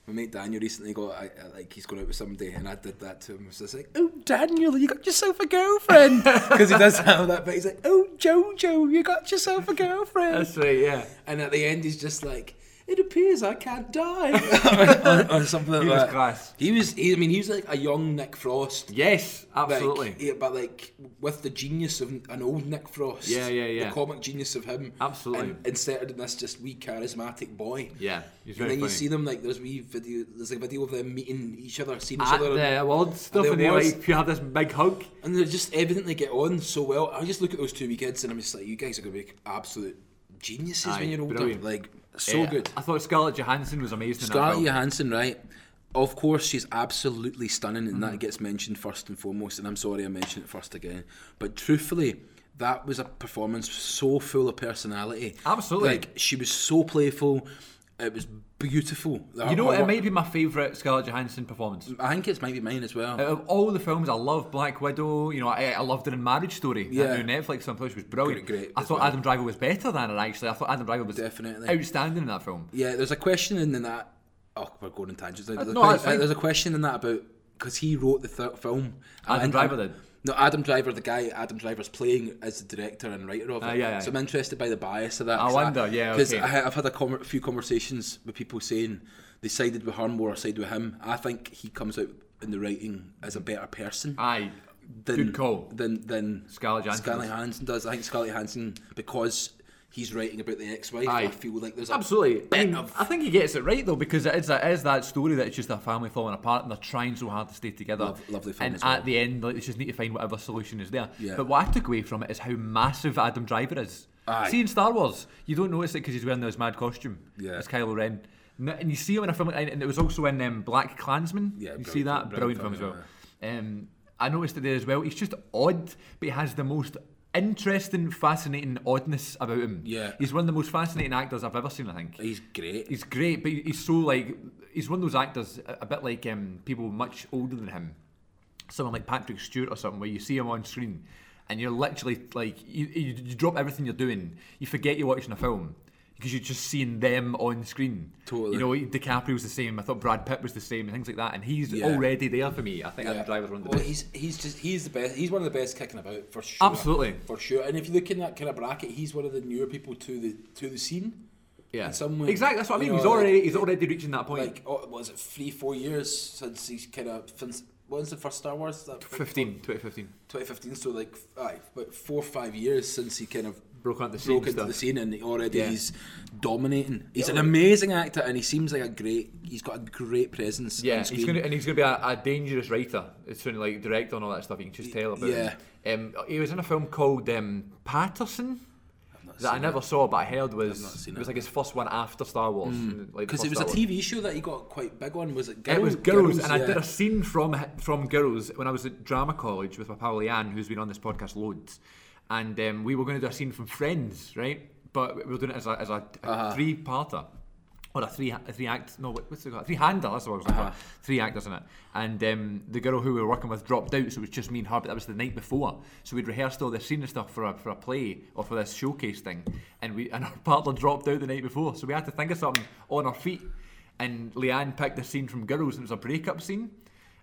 my mate Daniel recently got I, I, like he's going out with somebody, and I did that to him. I was just like, "Oh, Daniel, you got yourself a girlfriend," because he does have that. But he's like, "Oh, Jojo, you got yourself a girlfriend." That's right, yeah. And at the end, he's just like, "It appears I can't die," or, or something like He was that. class. He was. He, I mean, he was like a young Nick Frost. Yes, like, absolutely. yeah, but like with the genius of an old Nick Frost. Yeah, yeah, The yeah. comic genius of him. Absolutely. And inserted in this just wee charismatic boy. Yeah, he's and very then you funny. see them like there's wee video. There's like a video of them meeting each other, seeing each At other. the awards stuff, the and they awards. like, you have this big hug. And they just evidently get on so well. I just look at those two wee kids and I'm just like, you guys are gonna be absolute geniuses Aye, when you're older. brilliant. Eh, Like so Yeah. good. I thought Scarlett Johansson was amazing. Scarlett in that film. Johansson, right? Of course, she's absolutely stunning, and Mm-hmm. that gets mentioned first and foremost. And I'm sorry I mentioned it first again, but truthfully, that was a performance so full of personality. Absolutely. like she was so playful. It was beautiful. You know, what, it might be my favourite Scarlett Johansson performance. I think it's might be mine as well. Out of all the films, I love Black Widow. You know, I, I loved her in Marriage Story. Yeah. That new Netflix film, which was brilliant. Great- great I as thought well. Adam Driver was better than it, actually. I thought Adam Driver was Definitely. outstanding in that film. Yeah, there's a question in that. Oh, we're going on tangents. There's, a Uh, no, que- that's fine. there's a question in that about because he wrote the th- film. Adam And- Driver did? No, Adam Driver, the guy Adam Driver's playing as the director and writer of it. Ah, yeah, yeah. So I'm interested by the bias of that. I 'cause wonder, yeah, Because okay. I've had a com- few conversations with people saying they sided with her more, or sided with him. I think he comes out in the writing as a better person. Aye. than, Ah, Good call. Than than Scarlett Johansson Scarlett does. Johansson does. I think Scarlett Johansson because he's writing about the ex-wife. Aye. I feel like there's a Absolutely. I, bit mean, of I think he gets it right though because it is, it is that story that it's just a family falling apart and they're trying so hard to stay together. Lov- lovely film And as well. at the end, like, they just need to find whatever solution is there. Yeah. But what I took away from it is how massive Adam Driver is. Aye. See in Star Wars, you don't notice it because he's wearing those mad costume. Yeah. It's Kylo Ren. N- And you see him in a film, and and it was also in um, Black Klansman. Yeah, you see that brilliant, brilliant- brilliant film as film, well. Um, I noticed it there as well. He's just odd, but he has the most interesting, fascinating oddness about him. Yeah. he's one of the most fascinating actors I've ever seen. I think He's great. he's great, but he's so like he's one of those actors, a a bit like um, people much older than him, someone like Patrick Stewart or something, where you see him on screen, and you're literally like you, you, you drop everything you're doing, you forget you're watching a film. Because you're just seeing them on screen. Totally. You know, DiCaprio's the same. I thought Brad Pitt was the same, and things like that. And he's Yeah. already there for me. I think Adam Yeah. Driver's one of the well, best. he's he's just he's the best. He's one of the best kicking about for sure. Absolutely. for sure. And if you look in that kind of bracket, he's one of the newer people to the to the scene. Yeah. in some way, exactly. That's what I you mean. know, he's already he's already reaching that point. Like, oh, was it three four years since he's kind of since what was the first Star Wars? That 15, 2015. 2015. So like, f- aye, about four or five years since he kind of. Broke onto the scene. Broke and into stuff. the scene and he already Yeah. he's dominating. He's an amazing actor and he seems like a great. He's got a great presence. Yeah, on he's screen. gonna and he's gonna be a, a dangerous writer. It's going like director and all that stuff. You can just tell about. yeah. him. Um, he was in a film called um, Patterson not that I seen never saw, but I heard was not seen it was it. like his first one after Star Wars. and, like, the Because it was first a Star Wars. TV show that he got quite big on. Was it? Girls? It was girls, and I yeah. did a scene from from girls when I was at drama college with my pal Leanne, who's been on this podcast loads, and um, we were going to do a scene from Friends, right? But we were doing it as a, as a, three parter or a three a three act no what, what's it called three hander that's what I was looking for three actors in it and um, the girl who we were working with dropped out so it was just me and her but that was the night before so we'd rehearsed all the scene and stuff for a, for a play or for this showcase thing and we and our partner dropped out the night before so we had to think of something on our feet and Leanne picked the scene from Girls, and it was a breakup scene,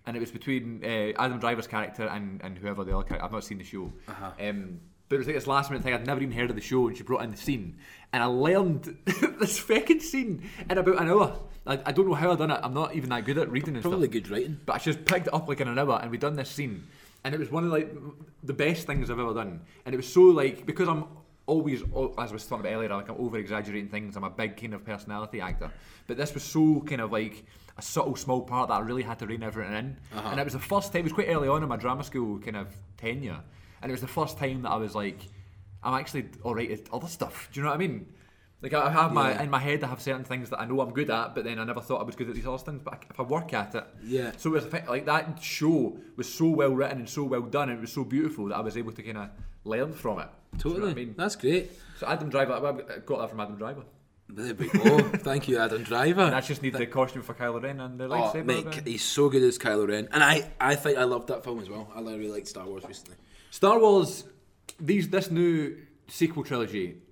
and it was between uh, Adam Driver's character and, and whoever the other character. I've not seen the show, um, but it was like this last minute thing. I'd never even heard of the show, and she brought in the scene, and I learned this fucking scene in about an hour. I, I don't know how I done it. I'm not even that good at reading and Probably stuff. good writing. But I just picked it up like in an hour, and we done this scene, and it was one of like the best things I've ever done. And it was so like because I'm always, o- as I was talking about earlier, like I'm over exaggerating things. I'm a big kind of personality actor, but this was so kind of like a subtle small part that I really had to rein everything in. Uh-huh. And it was the first time. It was quite early on in my drama school kind of tenure, and it was the first time that I was like, I'm actually all right at other stuff. Do you know what I mean? Like I I have my Yeah. in my head, I have certain things that I know I'm good at, but then I never thought I was good at these other things. But I c- if I work at it, Yeah. so it was effect- like that show was so well written and so well done, and it was so beautiful that I was able to kind of learn from it. Do you know Totally. what I mean? That's great. So Adam Driver, I I got that from Adam Driver. There we go. Thank you, Adam Driver. And I just need the costume for Kylo Ren and the Oh, lightsaber. Mick, he's so good as Kylo Ren, and I, I think I loved that film as well. I really liked Star Wars recently. Star Wars, these this new sequel trilogy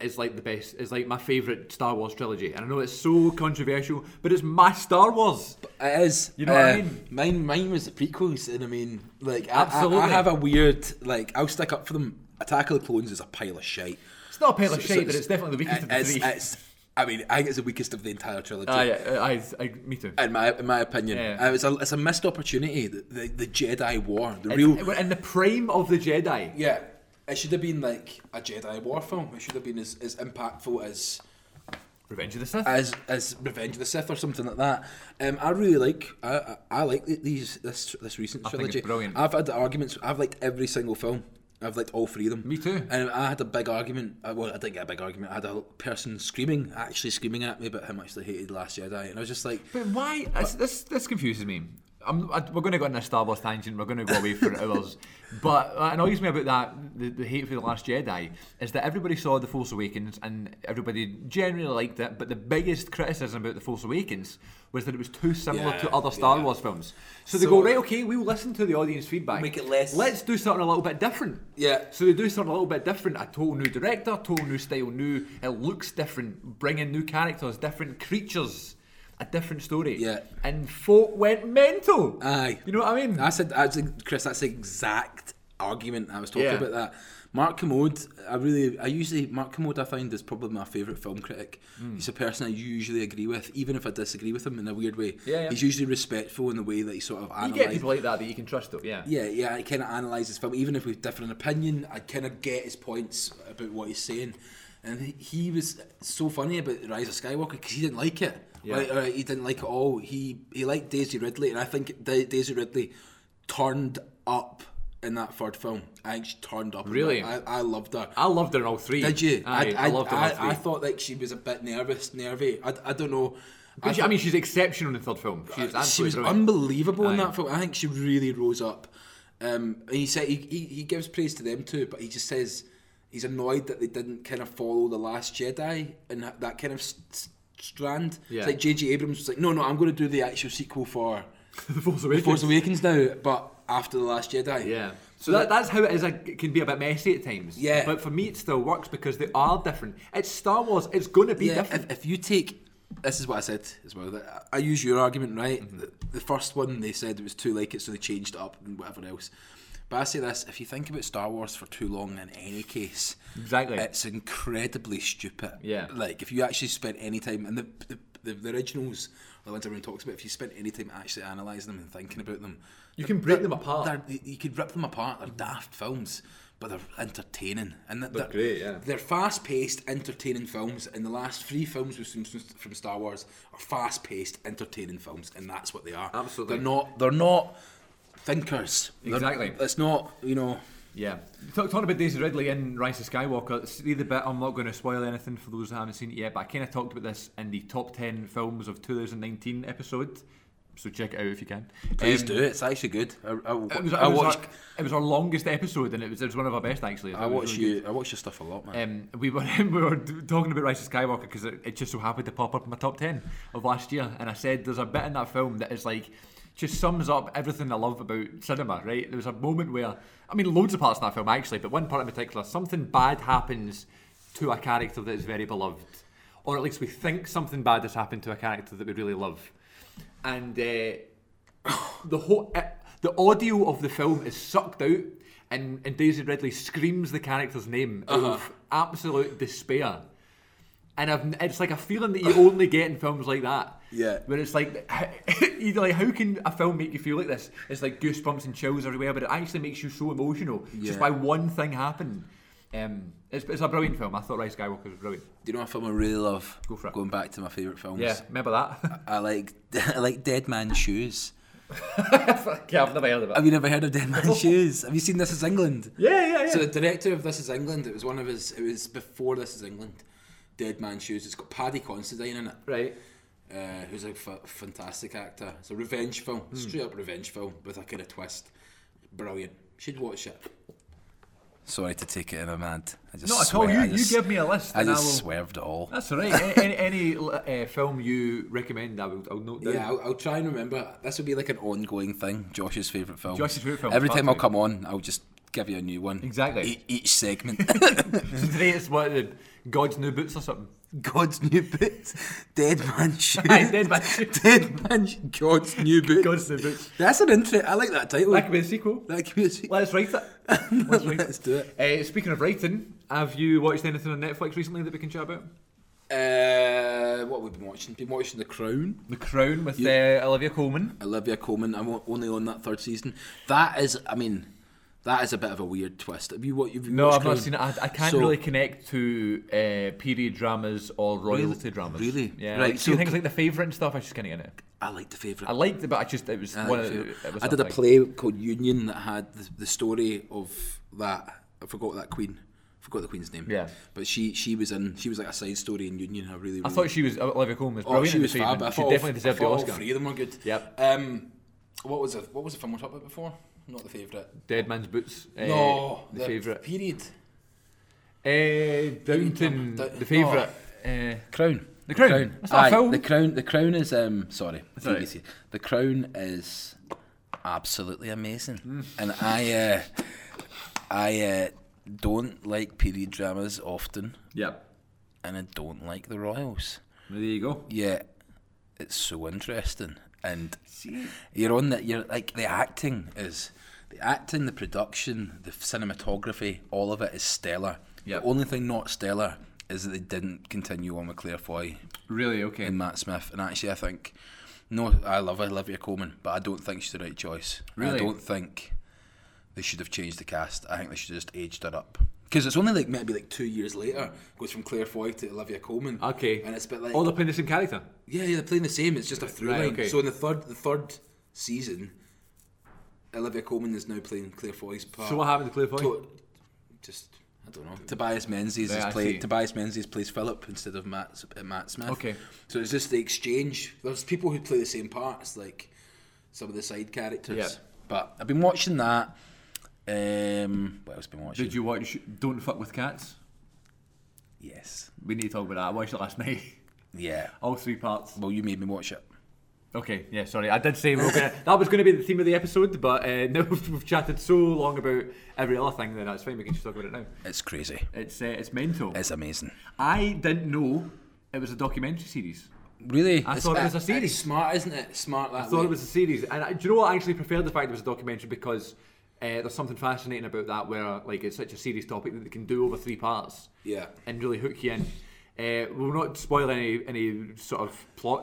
is like the best. Is like my favorite Star Wars trilogy, and I know it's so controversial, but it's my Star Wars. It is. uh, You know what I mean? Mine, mine was the prequels, and I mean, like, I- I- I, Absolutely. have a weird, like, I'll stick up for them. Attack of the Clones is a pile of shite. It's not a pile of So- shit, so but it's definitely the weakest of the it's- three. it's- I mean, I think it's the weakest of the entire trilogy. Aye, aye, aye, aye, me too. in my in my opinion, Yeah. Uh, it's a it's a missed opportunity. The, the, the Jedi War, the It's- real we're in the prime of the Jedi. Yeah, it should have been like a Jedi War film. It should have been as, as impactful as Revenge of the Sith. as as Revenge of the Sith or something like that. Um, I really like I I, I like th- these this this recent think it's trilogy. brilliant. I've had arguments. I've liked every single film. I've liked all three of them. Me too. And I had a big argument. uh, Well, I didn't get a big argument. I had a person screaming, actually screaming at me about how much they hated Last Jedi, and I was just like, But why? This, this this confuses me. I'm, I, we're going to go on a Star Wars tangent. We're going to go away for hours. But what annoys me about that, the, the hate for the Last Jedi, is that everybody saw the Force Awakens and everybody generally liked it. But the biggest criticism about the Force Awakens was that it was too similar Yeah, to other Star yeah. Wars films. So, they So- go right, okay, we'll listen to the audience feedback. Make it less- Let's do something a little bit different. Yeah. So they do something a little bit different. A total new director, total new style, new. It looks different. Bring in new characters, different creatures, a different story. Yeah. And folk went mental. Aye. You know what I mean? That's a, actually, Chris, that's the exact argument I was talking Yeah. about that. Mark Commode, I really, I usually, Mark Commode I find is probably my favourite film critic. Hmm. He's a person I usually agree with, even if I disagree with him in a weird way. Yeah, yeah. He's usually respectful in the way that he sort of you get analyses. people like that that you can trust, though. Yeah. Yeah, yeah, I kind of analyse his film, even if we've different opinion, I kind of get his points about what he's saying. And he- he was so funny about The Rise of Skywalker because he didn't like it. Yeah. Like, uh, he didn't like it all. He he liked Daisy Ridley, and I think Da- Daisy Ridley turned up in that third film. I think she turned up. in Really? that. I, I loved her. I loved her in all three. Did you? Aye, I, loved her in all three. I, I thought like she was a bit nervous, nervy. I, I don't know. But she- I mean, she's exceptional in the third film. She's absolutely she was brilliant. unbelievable in Aye. that film. I think she really rose up. Um, and he said he, he, he gives praise to them too, but he just says he's annoyed that they didn't kind of follow the Last Jedi and that, that kind of s- s- strand. Yeah. It's like J.J. Abrams was like, no, no, I'm going to do the actual sequel for the Force The Awakens. Force Awakens now, but after the Last Jedi. Yeah. So that, that's how it is. Like, it can be a bit messy at times. Yeah. But for me, it still works because they are different. It's Star Wars. It's going to be yeah, different. if, if you take this is what I said as well. that I I use your argument, right? Mm-hmm. The, the first one they said it was too like it, so they changed it up and whatever else. But I say this: if you think about Star Wars for too long, in any case, Exactly. it's incredibly stupid. Yeah. like if you actually spent any time and the the, the, the originals, the ones everyone talks about, if you spent any time actually analysing them and thinking about them, You can break them apart. Mm-hmm. they're- you- you could rip them apart. They're daft films, but they're entertaining, and they're, they're great, yeah. They're fast-paced, entertaining films, and the last three films we've seen s- from Star Wars are fast-paced, entertaining films, and that's what they are. Absolutely. they're not. They're not thinkers. They're- Exactly. it's not. You know. Yeah. Talk, talking about Daisy Ridley in Rise of Skywalker, see the bit, I'm not going to spoil anything for those that haven't seen it yet, but I kind of talked about this in the top 10 films of 2019 episode. So check it out if you can. Please Um, do. It's actually good. I, I, It was, it, I was watch. our, it was our longest episode and it was, it was one of our best actually. I It was watch really you. I watch your stuff a lot, man. Um, we were we were d- talking about Rise of Skywalker because it, it just so happened to pop up in my top ten of last year, and I said there's a bit in that film that is like just sums up everything I love about cinema. Right, there was a moment where I mean, loads of parts in that film actually, but one part in particular, something bad happens to a character that is very beloved, or at least we think something bad has happened to a character that we really love, and. Uh, the whole uh, the audio of the film is sucked out and, and Daisy Ridley screams the character's name out Uh-huh. of absolute despair and I've, it's like a feeling that you only get in films like that Yeah. where it's like you like how can a film make you feel like this it's like goosebumps and chills everywhere but it actually makes you so emotional Yeah. just by one thing happening um, it's, it's a brilliant film I thought Rise of Skywalker was brilliant do you know a film I really love? Go for it. Going back to my favourite films. yeah remember that I like I like Dead Man's Shoes. yeah I've never heard of it Have you never heard of Dead Man's Shoes? Have you seen This Is England? yeah yeah yeah So the director of This Is England, it was one of his. It was before This Is England. Dead Man's Shoes. It's got Paddy Considine in it, right uh, who's a f- fantastic actor. It's a revenge film, Hmm. straight up revenge film with a kind of twist. Brilliant. Should watch it. Sorry to take it in a mad. I just not at all swear- you, I just- you give me a list I and just I will swerved it all. That's all right. any any, any uh, film you recommend, I will I'll note down. Yeah, I'll, I'll try and remember. This will be like an ongoing thing. Josh's favourite film. Josh's favourite film, Every time I'll fantastic. come on, I'll just give you a new one. Exactly. E- each segment. So today it's what the God's New Boots or something. God's new boots. Dead man shoes. Aye, Dead Man Shoes. Dead man Sho- God's new boots. God's New Boots. That's an intro. I like that title. That could be a sequel. That could be a sequel. Let's write it. Let's write Let's do it. Uh, speaking of writing, have you watched anything on Netflix recently that we can chat about? Uh, what have we been watching? Been watching The Crown. eh, The Crown with uh, Olivia Colman. Olivia Coleman. I'm o- only on that third season. That is, I mean, that is a bit of a weird twist. Have you what you've No, watched I've not Crown? seen it. I, I can't So- really connect to uh, period dramas or royalty Really? dramas. Really? Yeah. Right, Like, so so- things like The Favourite and stuff, I just kind of get it. I like the favourite. I liked it, but I just it was I, one. like of the the- favourite. it was Ah, I did a something. play called Union that had the, the story of that. I forgot that queen. forgot the queen's name. Yeah. But she she was in. She was like a side story in Union. I really. I really thought she was Olivia Colman was Oh, brilliant. she in was the Favourite. fab. I she thought all- definitely I deserved the thought all Oscar. three of them were good. Yep. Um, What was it? What was the film we talked about before? Not the favourite. Dead Man's Boots. Uh, eh, no, the favourite. Period. Uh, Downton, Da- the favourite. eh, Crown. The Crown? That's not a Aye, film. The Crown. The Crown is um sorry. all right. BBC. The Crown is absolutely amazing, and I uh, I uh, don't like period dramas often, yep. and I don't like the royals. There you go. Yeah, it's so interesting, and See? you're on that. You're like the acting is the acting, the production, the cinematography, all of it is stellar. Yep. The only thing not stellar is that they didn't continue on with Claire Foy Really, okay. and Matt Smith. And actually, I think no, I love Olivia Coleman, but I don't think she's the right choice. Really? I don't think they should have changed the cast. I think they should have just aged her up. Because it's only like maybe like two years later goes from Claire Foy to Olivia Coleman. okay. and it's a bit like All the playing the same character. yeah, yeah, they're playing the same. It's just a through Right, line. okay. So in the third, the third season, Olivia Coleman is now playing Claire Foy's part. So what happened to Claire Foy? To- just I don't know. Tobias Menzies Yeah, I is see. played. Tobias Menzies plays Philip instead of Matt uh, Matt Smith. Okay. So it's just the exchange. There's people who play the same parts, like some of the side characters. Yeah. But I've been watching that. Um, what else been watching? Did you watch Don't Fuck With Cats? Yes. We need to talk about that. I watched it last night. Yeah. All three parts. Well, you made me watch it. Okay, yeah, sorry. I did say we were gonna, that was going to be the theme of the episode, but uh, now we've, we've chatted so long about every other thing, then that's fine. We can just talk about it now. It's crazy. It's uh, it's mental. It's amazing. I didn't know it was a documentary series. Really? I thought it was a series. It's smart, isn't it? Smart that I thought way. it was a series, and I, do you know what? I actually preferred the fact it was a documentary because uh, there's something fascinating about that, where like it's such a serious topic that they can do over three parts. Yeah. and really hook you in. Uh, we'll not spoil any any sort of plot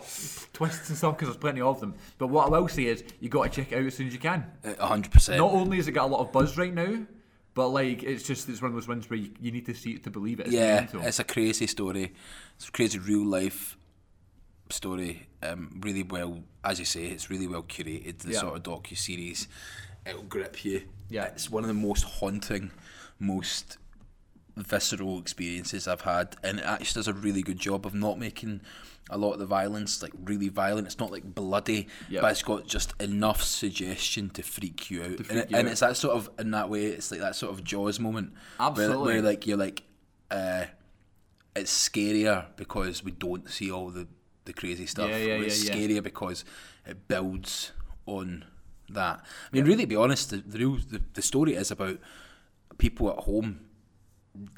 twists and stuff because there's plenty of them. But what I will say is you got to check it out as soon as you can. uh, A hundred percent. Not only has it got a lot of buzz right now, but like it's just it's one of those ones where you, you need to see it to believe it. It's yeah, mental. it's a crazy story. It's a crazy real life story. Um, really well, as you say, it's really well curated. The Yeah. sort of docu series, it'll grip you. Yeah. it's one of the most haunting, most visceral experiences I've had, and it actually does a really good job of not making a lot of the violence like really violent. It's not like bloody, Yeah. but it's got just enough suggestion to freak you out, and, freak it- you and out. it's that sort of in that way. It's like that sort of Jaws moment, where- Absolutely. where like you're like. Uh, it's scarier because we don't see all the, the crazy stuff. Yeah, yeah, it's yeah, yeah. scarier because it builds on that. I mean, really, to be honest, the, the, real, the, the story is about people at home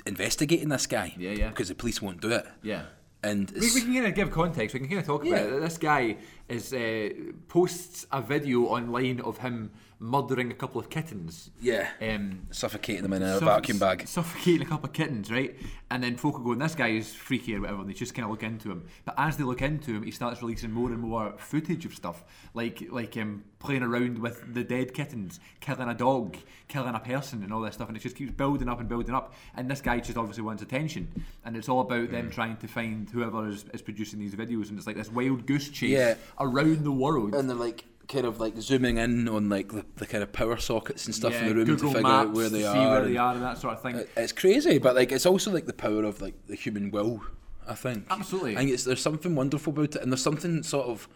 investigating this guy. Yeah, yeah. Because the police won't do it. yeah. And We, it's, we can kind of give context. We can kind of talk about Yeah. it. This guy is uh, posts a video online of him murdering a couple of kittens. yeah, Um, suffocating them in a suff- vacuum bag. Suffocating a couple of kittens, right? And then folk are going, this guy is freaky or whatever, and they just kind of look into him. But as they look into him, he starts releasing more and more footage of stuff, like like him playing around with the dead kittens, killing a dog, killing a person, and all that stuff. And it just keeps building up and building up. And this guy just obviously wants attention. And it's all about Mm. them trying to find whoever is, is producing these videos. And it's like this wild goose chase Yeah. around the world. And they're like kind of like zooming in on like the, the kind of power sockets and stuff in Yeah, the room Google to figure Maps out where they to are. see where and- Uh, they are, and that sort of thing. It- It's crazy, but like it's also like the power of like the human will. I think Absolutely. I think it's there's something wonderful about it, and there's something sort of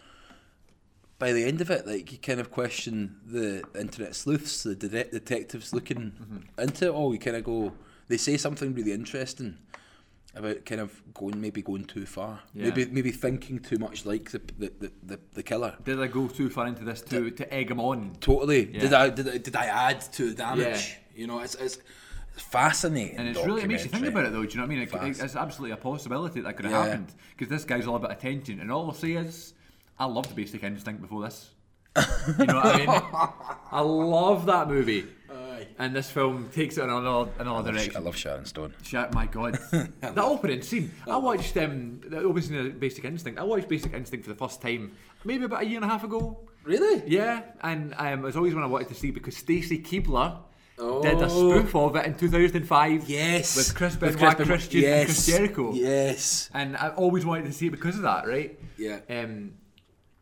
by the end of it, like you kind of question the internet sleuths, the de- detectives looking Mm-hmm. into it all. You kind of go, they say something really interesting about kind of going maybe going too far, Yeah. maybe maybe thinking too much like the the, the, the, the killer. Did I go too far into this to, to egg him on? Totally. Did Yeah. I did I, did I add to the damage? You know, it's it's fascinating. And it's really it makes you think documentary. about it though. Do you know what I mean? It, Fast. it's absolutely a possibility that could have Yeah. happened because this guy's all about attention, and all I'll say is, I loved Basic Instinct before this. You know what I mean? I love that movie, and this film takes it in another another I direction. love Sharon Stone. Shit, my god, that opening scene. I watched um, the opening scene of Basic Instinct. I watched Basic Instinct for the first time maybe about a year and a half ago. Really? Yeah, and um, it was always one I wanted to see because Stacey Keebler did a Oh. spoof of it in 2005. Yes. With Chris Benoit, Benoit. Christian, and Chris Jericho. Yes. And I always wanted to see it because of that, right? Yeah. Um,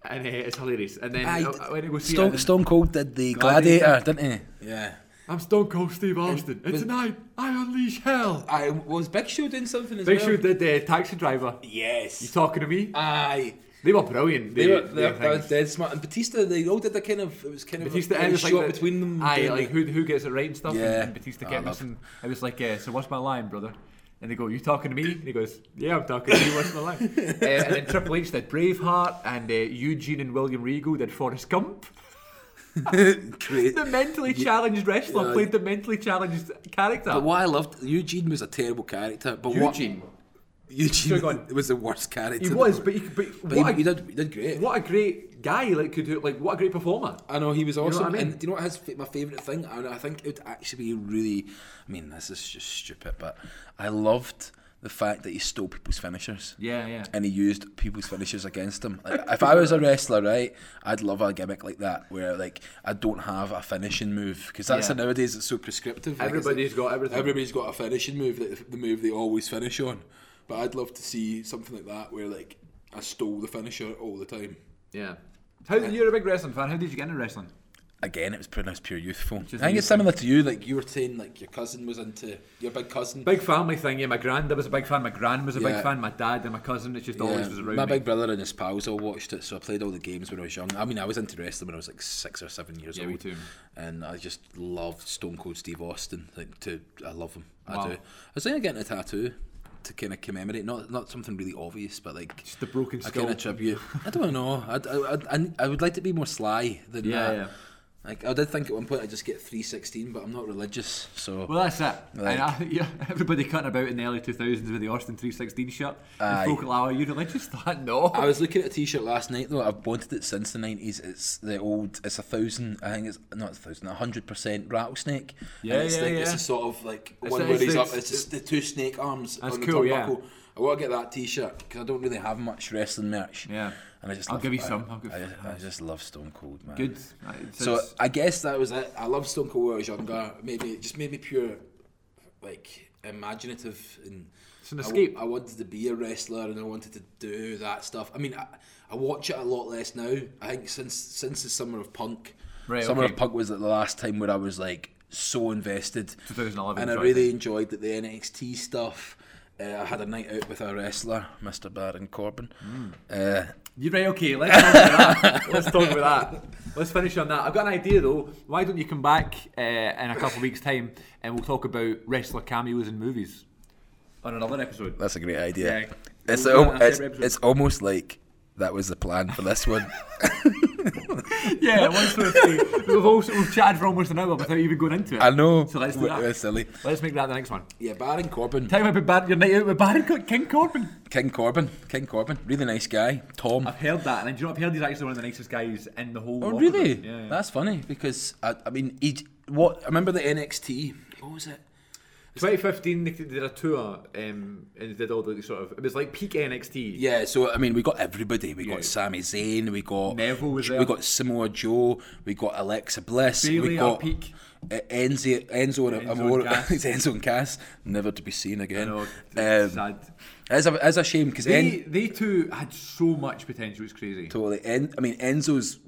and uh, it's hilarious. And then Aye, I, I went to go see it. Stone, and- Stone Cold did the Gladiator. Gladiator, didn't he? Yeah. I'm Stone Cold Steve Austin, and tonight I unleash hell. I was Big Show doing something as Big Show did uh, Taxi Driver. Yes. You talking to me? Aye. They were brilliant. They, They were, they they, that was dead smart. And Batista, they all did a kind of. It was kind of. Batista a, and it it's was like shot the- between them. Aye, doing like who, who gets it right and stuff. Yeah. And, and Batista Oh, I kept love- missing. It was like, uh, so what's my line, brother? And they go, you talking to me? And he goes, yeah, I'm talking to you. What's my line? uh, and then Triple H did Braveheart, and uh, Eugene and William Regal did Forrest Gump. like, great. The mentally challenged wrestler Yeah. played the mentally challenged character. But what I loved, Eugene was a terrible character. But Eugene. what Eugene Sorry, go on. was the worst character. He that was, there but, he, but, But what, he, he a, did, he did great. what a great guy! Like could do, like what a great performer. I know he was what awesome. I mean? And do you know what his fa- my favourite thing? And I think it would actually be really. I mean, this is just stupid, but I loved the fact that he stole people's finishers. Yeah, yeah. And he used people's finishers against him. Like, if I was a wrestler, right, I'd love a gimmick like that where like I don't have a finishing move because that's Yeah. nowadays it's so prescriptive. Like, it's like- Everybody's got everything. Everybody's got a finishing move, like the move they always finish on. But I'd love to see something like that where like I stole the finisher all the time. Yeah. How you're a big wrestling fan? How did you get into wrestling? Again, it was pretty nice, pure youthful. Just I think it's youthful. similar to you. Like you were saying, like your cousin was into your big cousin. Big family thing. Yeah, my granddad was a big fan. My gran was a Yeah. big fan. My dad and my cousin. It just always Yeah, was around my me. big brother and his pals all watched it, so I played all the games when I was young. I mean, I was into wrestling when I was like six or seven years Yeah, old. me too. And I just loved Stone Cold Steve Austin. Like, to I love him. Wow. I do. I was thinking of getting a tattoo to kind of commemorate, not not something really obvious, but like Just the broken I kind skull. of tribute. I don't know. I'd, I, I'd- I, I would like to be more sly than Yeah, that. yeah. Like I did think at one point I would just get three sixteen, but I'm not religious, so Well, that's it. Like- and I, yeah, everybody cutting about in the early 2000s with the Austin 316 shirt. Aye. And folk are like, "Oh, you religious? That no. I was looking at a T-shirt last night though. I've wanted it since the nineties. It's the old. It's a thousand. I think it's not a thousand. A hundred percent rattlesnake. Yeah, and it's yeah, like, yeah. It's a sort of like It's- one it's- where he's up. it's- It's just the two snake arms That's on the cool, yeah. turnbuckle. I want to get that T-shirt because I don't really have much wrestling merch. Yeah. and I just. I'll love- give you I- some. I'll give- I, I just love Stone Cold, man. Good. Uh, it's- So it's- I guess that was it. I loved Stone Cold when I was younger. Maybe it just made me pure, like imaginative and. It's an I wa- escape. I, wanted to be a wrestler and I wanted to do that stuff. I mean, I, I watch it a lot less now. I think since since the summer of punk, Right, summer okay. of punk was the last time where I was like so invested. 2011 and I was right really enjoyed that the NXT stuff. Uh, I had a night out with a wrestler, Mr. Baron Corbin. Hmm. Uh, You're right, okay, let's talk about that. Let's talk about that. Let's finish on that. I've got an idea though. Why don't you come back uh, in a couple of weeks' time and we'll talk about wrestler cameos in movies on another episode? That's a great idea. Yeah. It's, We'll do al- that in our it's, separate it's almost like that was the plan for this one. yeah, once those two. We've, also, we've chatted for almost an hour without even going into it. I know. So let's do we're- that. we're silly. Let's make that the next one. Yeah, Baron Corbin. Time about Bar- your night out with Barry Co- King Corbin. King Corbin. King Corbin. Really nice guy. Tom. I've heard that, and do you know, I've heard he's actually one of the nicest guys in the whole. Oh, world. really? Yeah. yeah. That's funny because I, I mean, he, what I remember the NXT. What was it? 2015, they did a tour um, and they did all the sort of. It was like peak NXT. Yeah, so I mean, we got everybody. We Yeah. got Sami Zayn. We got Neville was there. We got Samoa Joe. We got Alexa Bliss. we Bayley, our got peak. uh, Enzo, Enzo, and Enzo and Amore- Cass. it's Enzo and Cass, never to be seen I again. know, um, it's sad. It's a, it's a shame because They, they two had so much potential. It's crazy. totally. En, I mean, Enzo's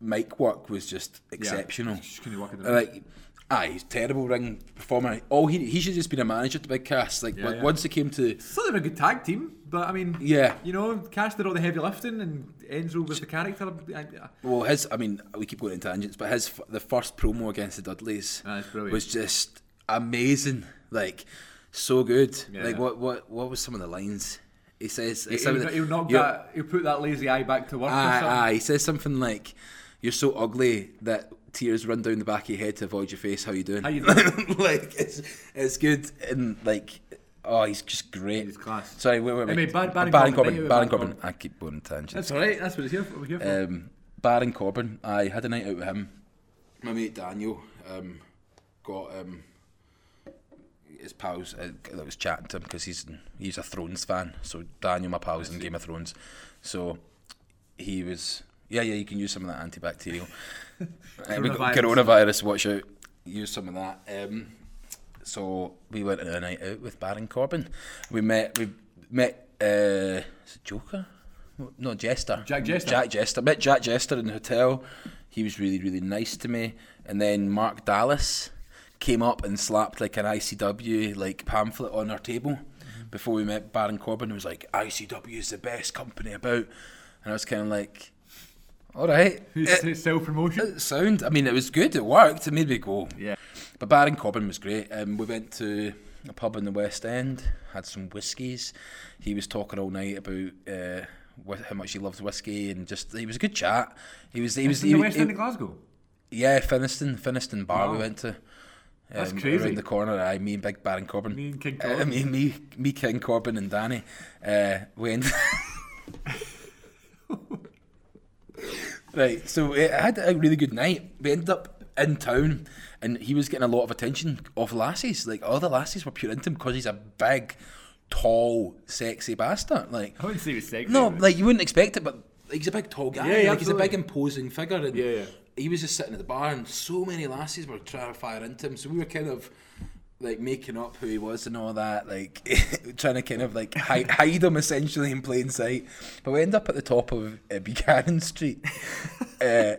mic work was just exceptional. Just couldn't work in the Uh, Like, aye, he's a terrible ring performer. All he he should have just been a manager to Big Cass. Like, but yeah. once it came to Still they're a good tag team, but I mean, Yeah. you know, Cash did all the heavy lifting, and Enzo was the character. I, I, well, his I mean, we keep going in tangents, but his f- the first promo against the Dudleys Ah, it's brilliant. was just amazing. Like, so good. Yeah. Like, what what what was some of the lines? He says he, some of he'll, the- he'll knock "You're- that. He'll put that lazy eye back to work. or Aye, something. aye. He says something like, "You're so ugly that tears run down the back of your head to avoid your face. How you doing? How you doing? like it's it's good and like." Oh, he's just great. He's class. Sorry, wait, wait, wait. Anyway, Bar- Baron Baron Corbin, Corbin. anyway, Baron Baron Corbin. Corbin. I keep going on tangents. That's all right. That's what it's here for. We're here for. Um, Baron Corbin. I had a night out with him. My mate Daniel um, got um, his pals uh, that was chatting to him because he's he's a Thrones fan. So Daniel, my pals in Game of Thrones. So he was. Yeah, yeah, you can use some of that antibacterial. Uh, we got coronavirus, watch out. Use some of that. Um, so we went on a night out with Baron Corbin. We met, we met uh, is it Joker, no Jester, Jack Jester. Jack Jester. Met Jack Jester in the hotel. He was really, really nice to me. And then Mark Dallas came up and slapped like an ICW like pamphlet on our table before we met Baron Corbin. Who was like, ICW is the best company about. and I was kind of like, all right. It, It's self promotion. it sound. I mean, it was good. It worked. It made me go. Yeah. But Baron Corbin was great. Um, we went to a pub in the West End, had some whiskies. He was talking all night about uh, wh- how much he loved whiskey and just he was a good chat. He was he was In he, the West he- End of Glasgow. yeah Finiston Finiston bar we Wow. went to. That's um, crazy. Around the corner, I, me and Big Baron Corbin. Me and King Uh, Corbin. me, me, me, King Corbin and Danny. Uh, we ended. Right, so uh, I had a really good night. We ended up in town, and he was getting a lot of attention off lassies. Like all the lassies were pure into him because he's a big, tall, sexy bastard. Like I wouldn't say it's sexy. no, but- like you wouldn't expect it, but he's a big tall guy. Yeah, yeah, like, he's a absolutely. big imposing figure. And Yeah, yeah. He was just sitting at the bar, and so many lassies were trying to fire into him. So we were kind of like making up who he was and all that, like trying to kind of like hide, hide him essentially in plain sight. But we end up at the top of uh, Buchanan Street. uh,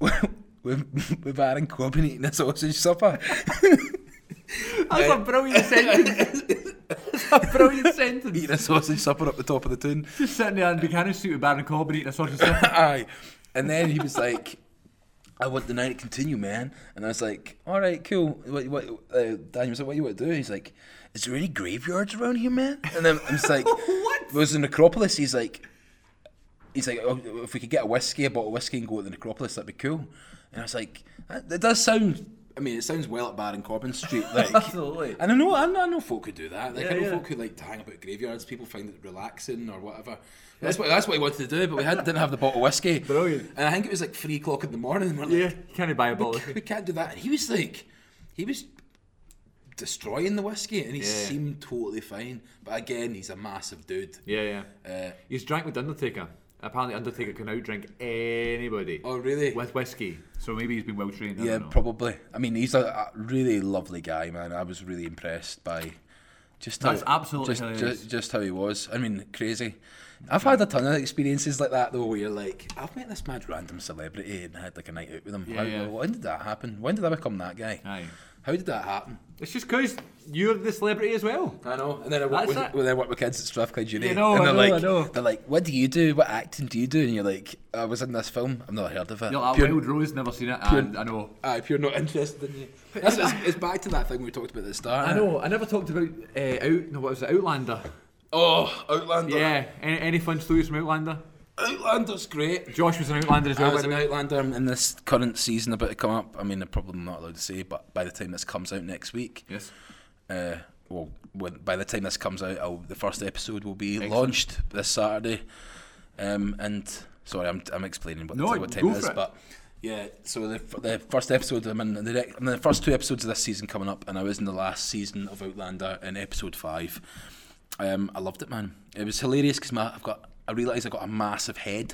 With, with Aaron Corbin eating a sausage supper. That's uh, a brilliant sentence. That's a brilliant sentence. eating a sausage supper up the top of the tune. Just sitting there in Buchanan suit with Baron Corbin eating a sausage supper. Aye. And then he was like, I want the night to continue, man. And I was like, all right, cool. What, what, uh, Daniel was like, what you want to do? He's like, is there any graveyards around here, man? And then I was like, What? There's a necropolis. He's like, he's like, oh, if we could get a whiskey, a bottle of whiskey, and go to the necropolis, that'd be cool. And I was like, that, that does sound. I mean, it sounds well at Baron Corbin Street, like. Absolutely. And I know, I know, I know folk who do that. Like, I Yeah, know yeah. folk who like to hang about graveyards. People find it relaxing or whatever. That's what that's what he wanted to do, but we had, didn't have the bottle of whiskey. Brilliant. And I think it was like three o'clock in the morning. And we're Yeah, like, you can't buy a bottle. we can't do that. And he was like, he was destroying the whiskey, and he Yeah. seemed totally fine. But again, he's a massive dude. Yeah, yeah. Uh, He's drank with the Undertaker. Apparently, Undertaker can outdrink anybody oh really? with whiskey. So maybe he's been well trained. Yeah, probably. I mean, he's a, a really lovely guy, man. I was really impressed by just That's how, absolutely just, how he is. just, just how he was. I mean, crazy. I've had a ton of experiences like that though, where you're like, I've met this mad random celebrity and I had like a night out with him. Yeah, how, yeah. When did that happen? When did I become that guy? Aye. How did that happen? It's just because you're the celebrity as well. I know. And then I That's work with, it. well, then I work with kids at Strathclyde Uni. You know, and I they're know, like, I know. They're like, what do you do? What acting do you do? And you're like, I was in this film. I've never heard of it. You know, that Pure- Wild Rose never seen it, and I know. Aye, Ah, if you're not interested in you. That's, it's, it's back to that thing we talked about at the start. I innit? know. I never talked about uh, out. No, what was it? Outlander. Oh, Outlander. Yeah. Any, any fun stories from Outlander? Outlander's great. Josh was an Outlander as I well. was by an the way. Outlander in this current season about to come up. I mean, I'm probably not allowed to say, but by the time this comes out next week, Yes. uh, well, when, by the time this comes out, I'll, the first episode will be launched this Saturday. Um, and sorry, I'm, I'm explaining what, No, the, what time go it is, for it. but yeah. So the, f- the first episode I'm in, the, rec- I'm in the first two episodes of this season coming up, and I was in the last season of Outlander in episode five. Um, I loved it, man. It was hilarious because I've got I realised I got a massive head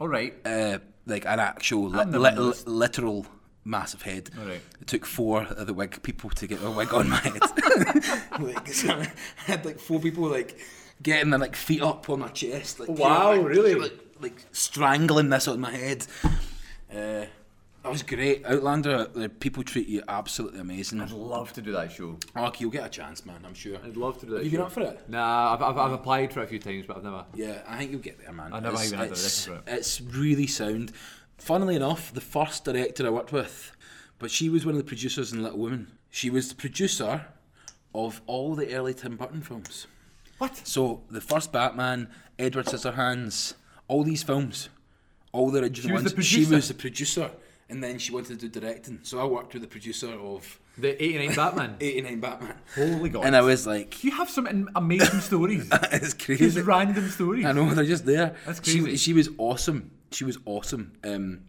All right. uh, like an actual li- never li- noticed. li- literal massive head. Alright. It took four of the wig people to get a wig on my head. like, so I had like four people like getting their like feet up on my chest. Like, Wow, like, really? Like, like strangling this on my head. Uh, that was great. Outlander, uh, the people treat you absolutely amazing. I'd love to do that show. Mark, you'll get a chance, man. I'm sure. I'd love to do that. You show. been up for it? Nah, I've, I've, I've applied for it a few times, but I've never. Yeah, I think you'll get there, man. I never it's, even had the it's, audition for it's really sound. Funnily enough, the first director I worked with, but she was one of the producers in Little Women. She was the producer of all the early Tim Burton films. What? So the first Batman, Edward Scissorhands, all these films, all the original She was ones. the She producer? was the producer, and then she wanted to do directing. So I worked with the producer of The 89 Batman. 89 Batman, Holy God. and I was like, You have some in- amazing stories. These "It's crazy." random stories. I know they're just there. That's She, crazy. she was awesome. She was awesome. Um,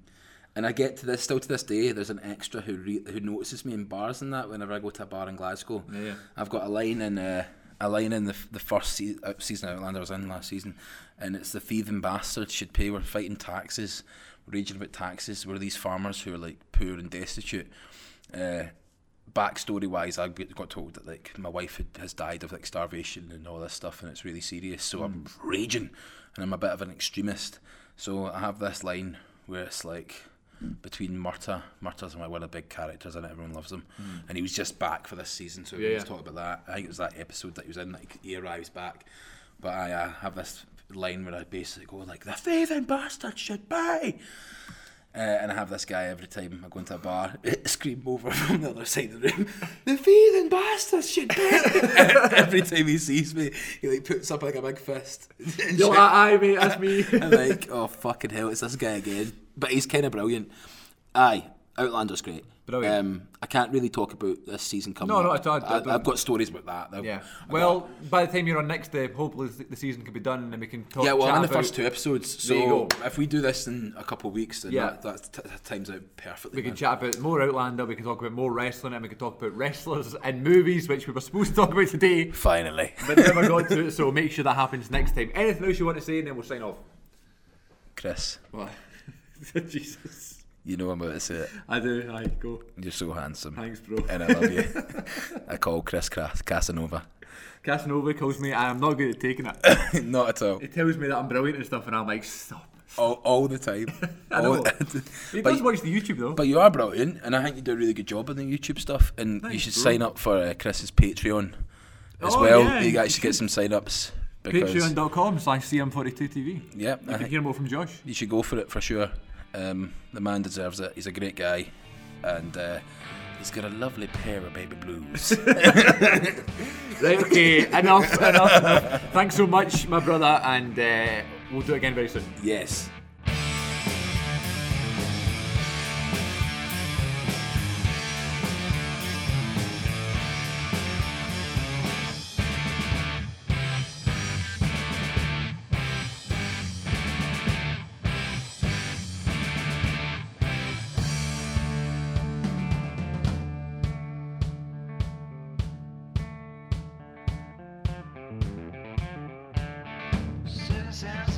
and I get to this still to this day. There's an extra who re- who notices me in bars and that whenever I go to a bar in Glasgow. Yeah, yeah. I've got a line in uh, a line in the f- the first se- uh, season of Outlander I was in last season, and it's the thieving bastards should pay. We're fighting taxes, raging about taxes. We're these farmers who are like poor and destitute. Uh, backstory wise, I g- got told that like my wife had, has died of like starvation and all this stuff, and it's really serious. So I'm Hmm. raging, and I'm a bit of an extremist. So I have this line where it's like between Murta, Murta's one of the big characters, and everyone loves him. And he was just back for this season, so we Hmm. Yeah, was yeah. talking about that. I think it was that episode that he was in. Like he arrives back, but I uh, have this line where I basically go like, "The thieving bastard should pay," uh, and I have this guy every time I go into a bar eh, scream over from the other side of the room, "The thieving bastard should pay." every time he sees me, he like puts up like a big fist. and Yo, shit. I, I mate, that's me. I'm like, oh fucking hell, it's this guy again. But he's kind of brilliant. Aye, Outlander's great. Brilliant. Um, I can't really talk about this season coming. No, up. no, it's all- I, but- I've got stories about that. Though. yeah. I've Well, got- by the time you're on next day, hopefully the the season can be done and we can talk. yeah. Well, chat I'm in the about- first two episodes, so There you go. if we do this in a couple of weeks, then Yeah. that, that, t- that times out perfectly. We can man. chat about more Outlander. We can talk about more wrestling, and we can talk about wrestlers and movies, which we were supposed to talk about today, Finally. but never got to it. So make sure that happens next time. Anything else you want to say, and then we'll sign off. Chris, What? Jesus. you know I'm about to say it. I do. I go. You're so handsome. Thanks, bro. And I love you. I call Chris Cras- Casanova. Casanova calls me. I am not good at taking it. Not at all. he tells me that I'm brilliant and stuff, and I'm like, stop. All, all the time. I All- know. He But does watch the YouTube though. But you are brilliant, and I think you do a really good job on the YouTube stuff. And you Thanks, should bro. sign up for uh, Chris's Patreon as Oh, well. yeah, you you actually get some sign ups because Patreon.com slash CM42TV. You yeah, I can think hear more from Josh. you should go for it for sure. Um, the man deserves it. He's a great guy, and uh, he's got a lovely pair of baby blues. Right, okay, enough, enough, enough. Thanks so much, my brother, and uh, we'll do it again very soon. yes. Citizens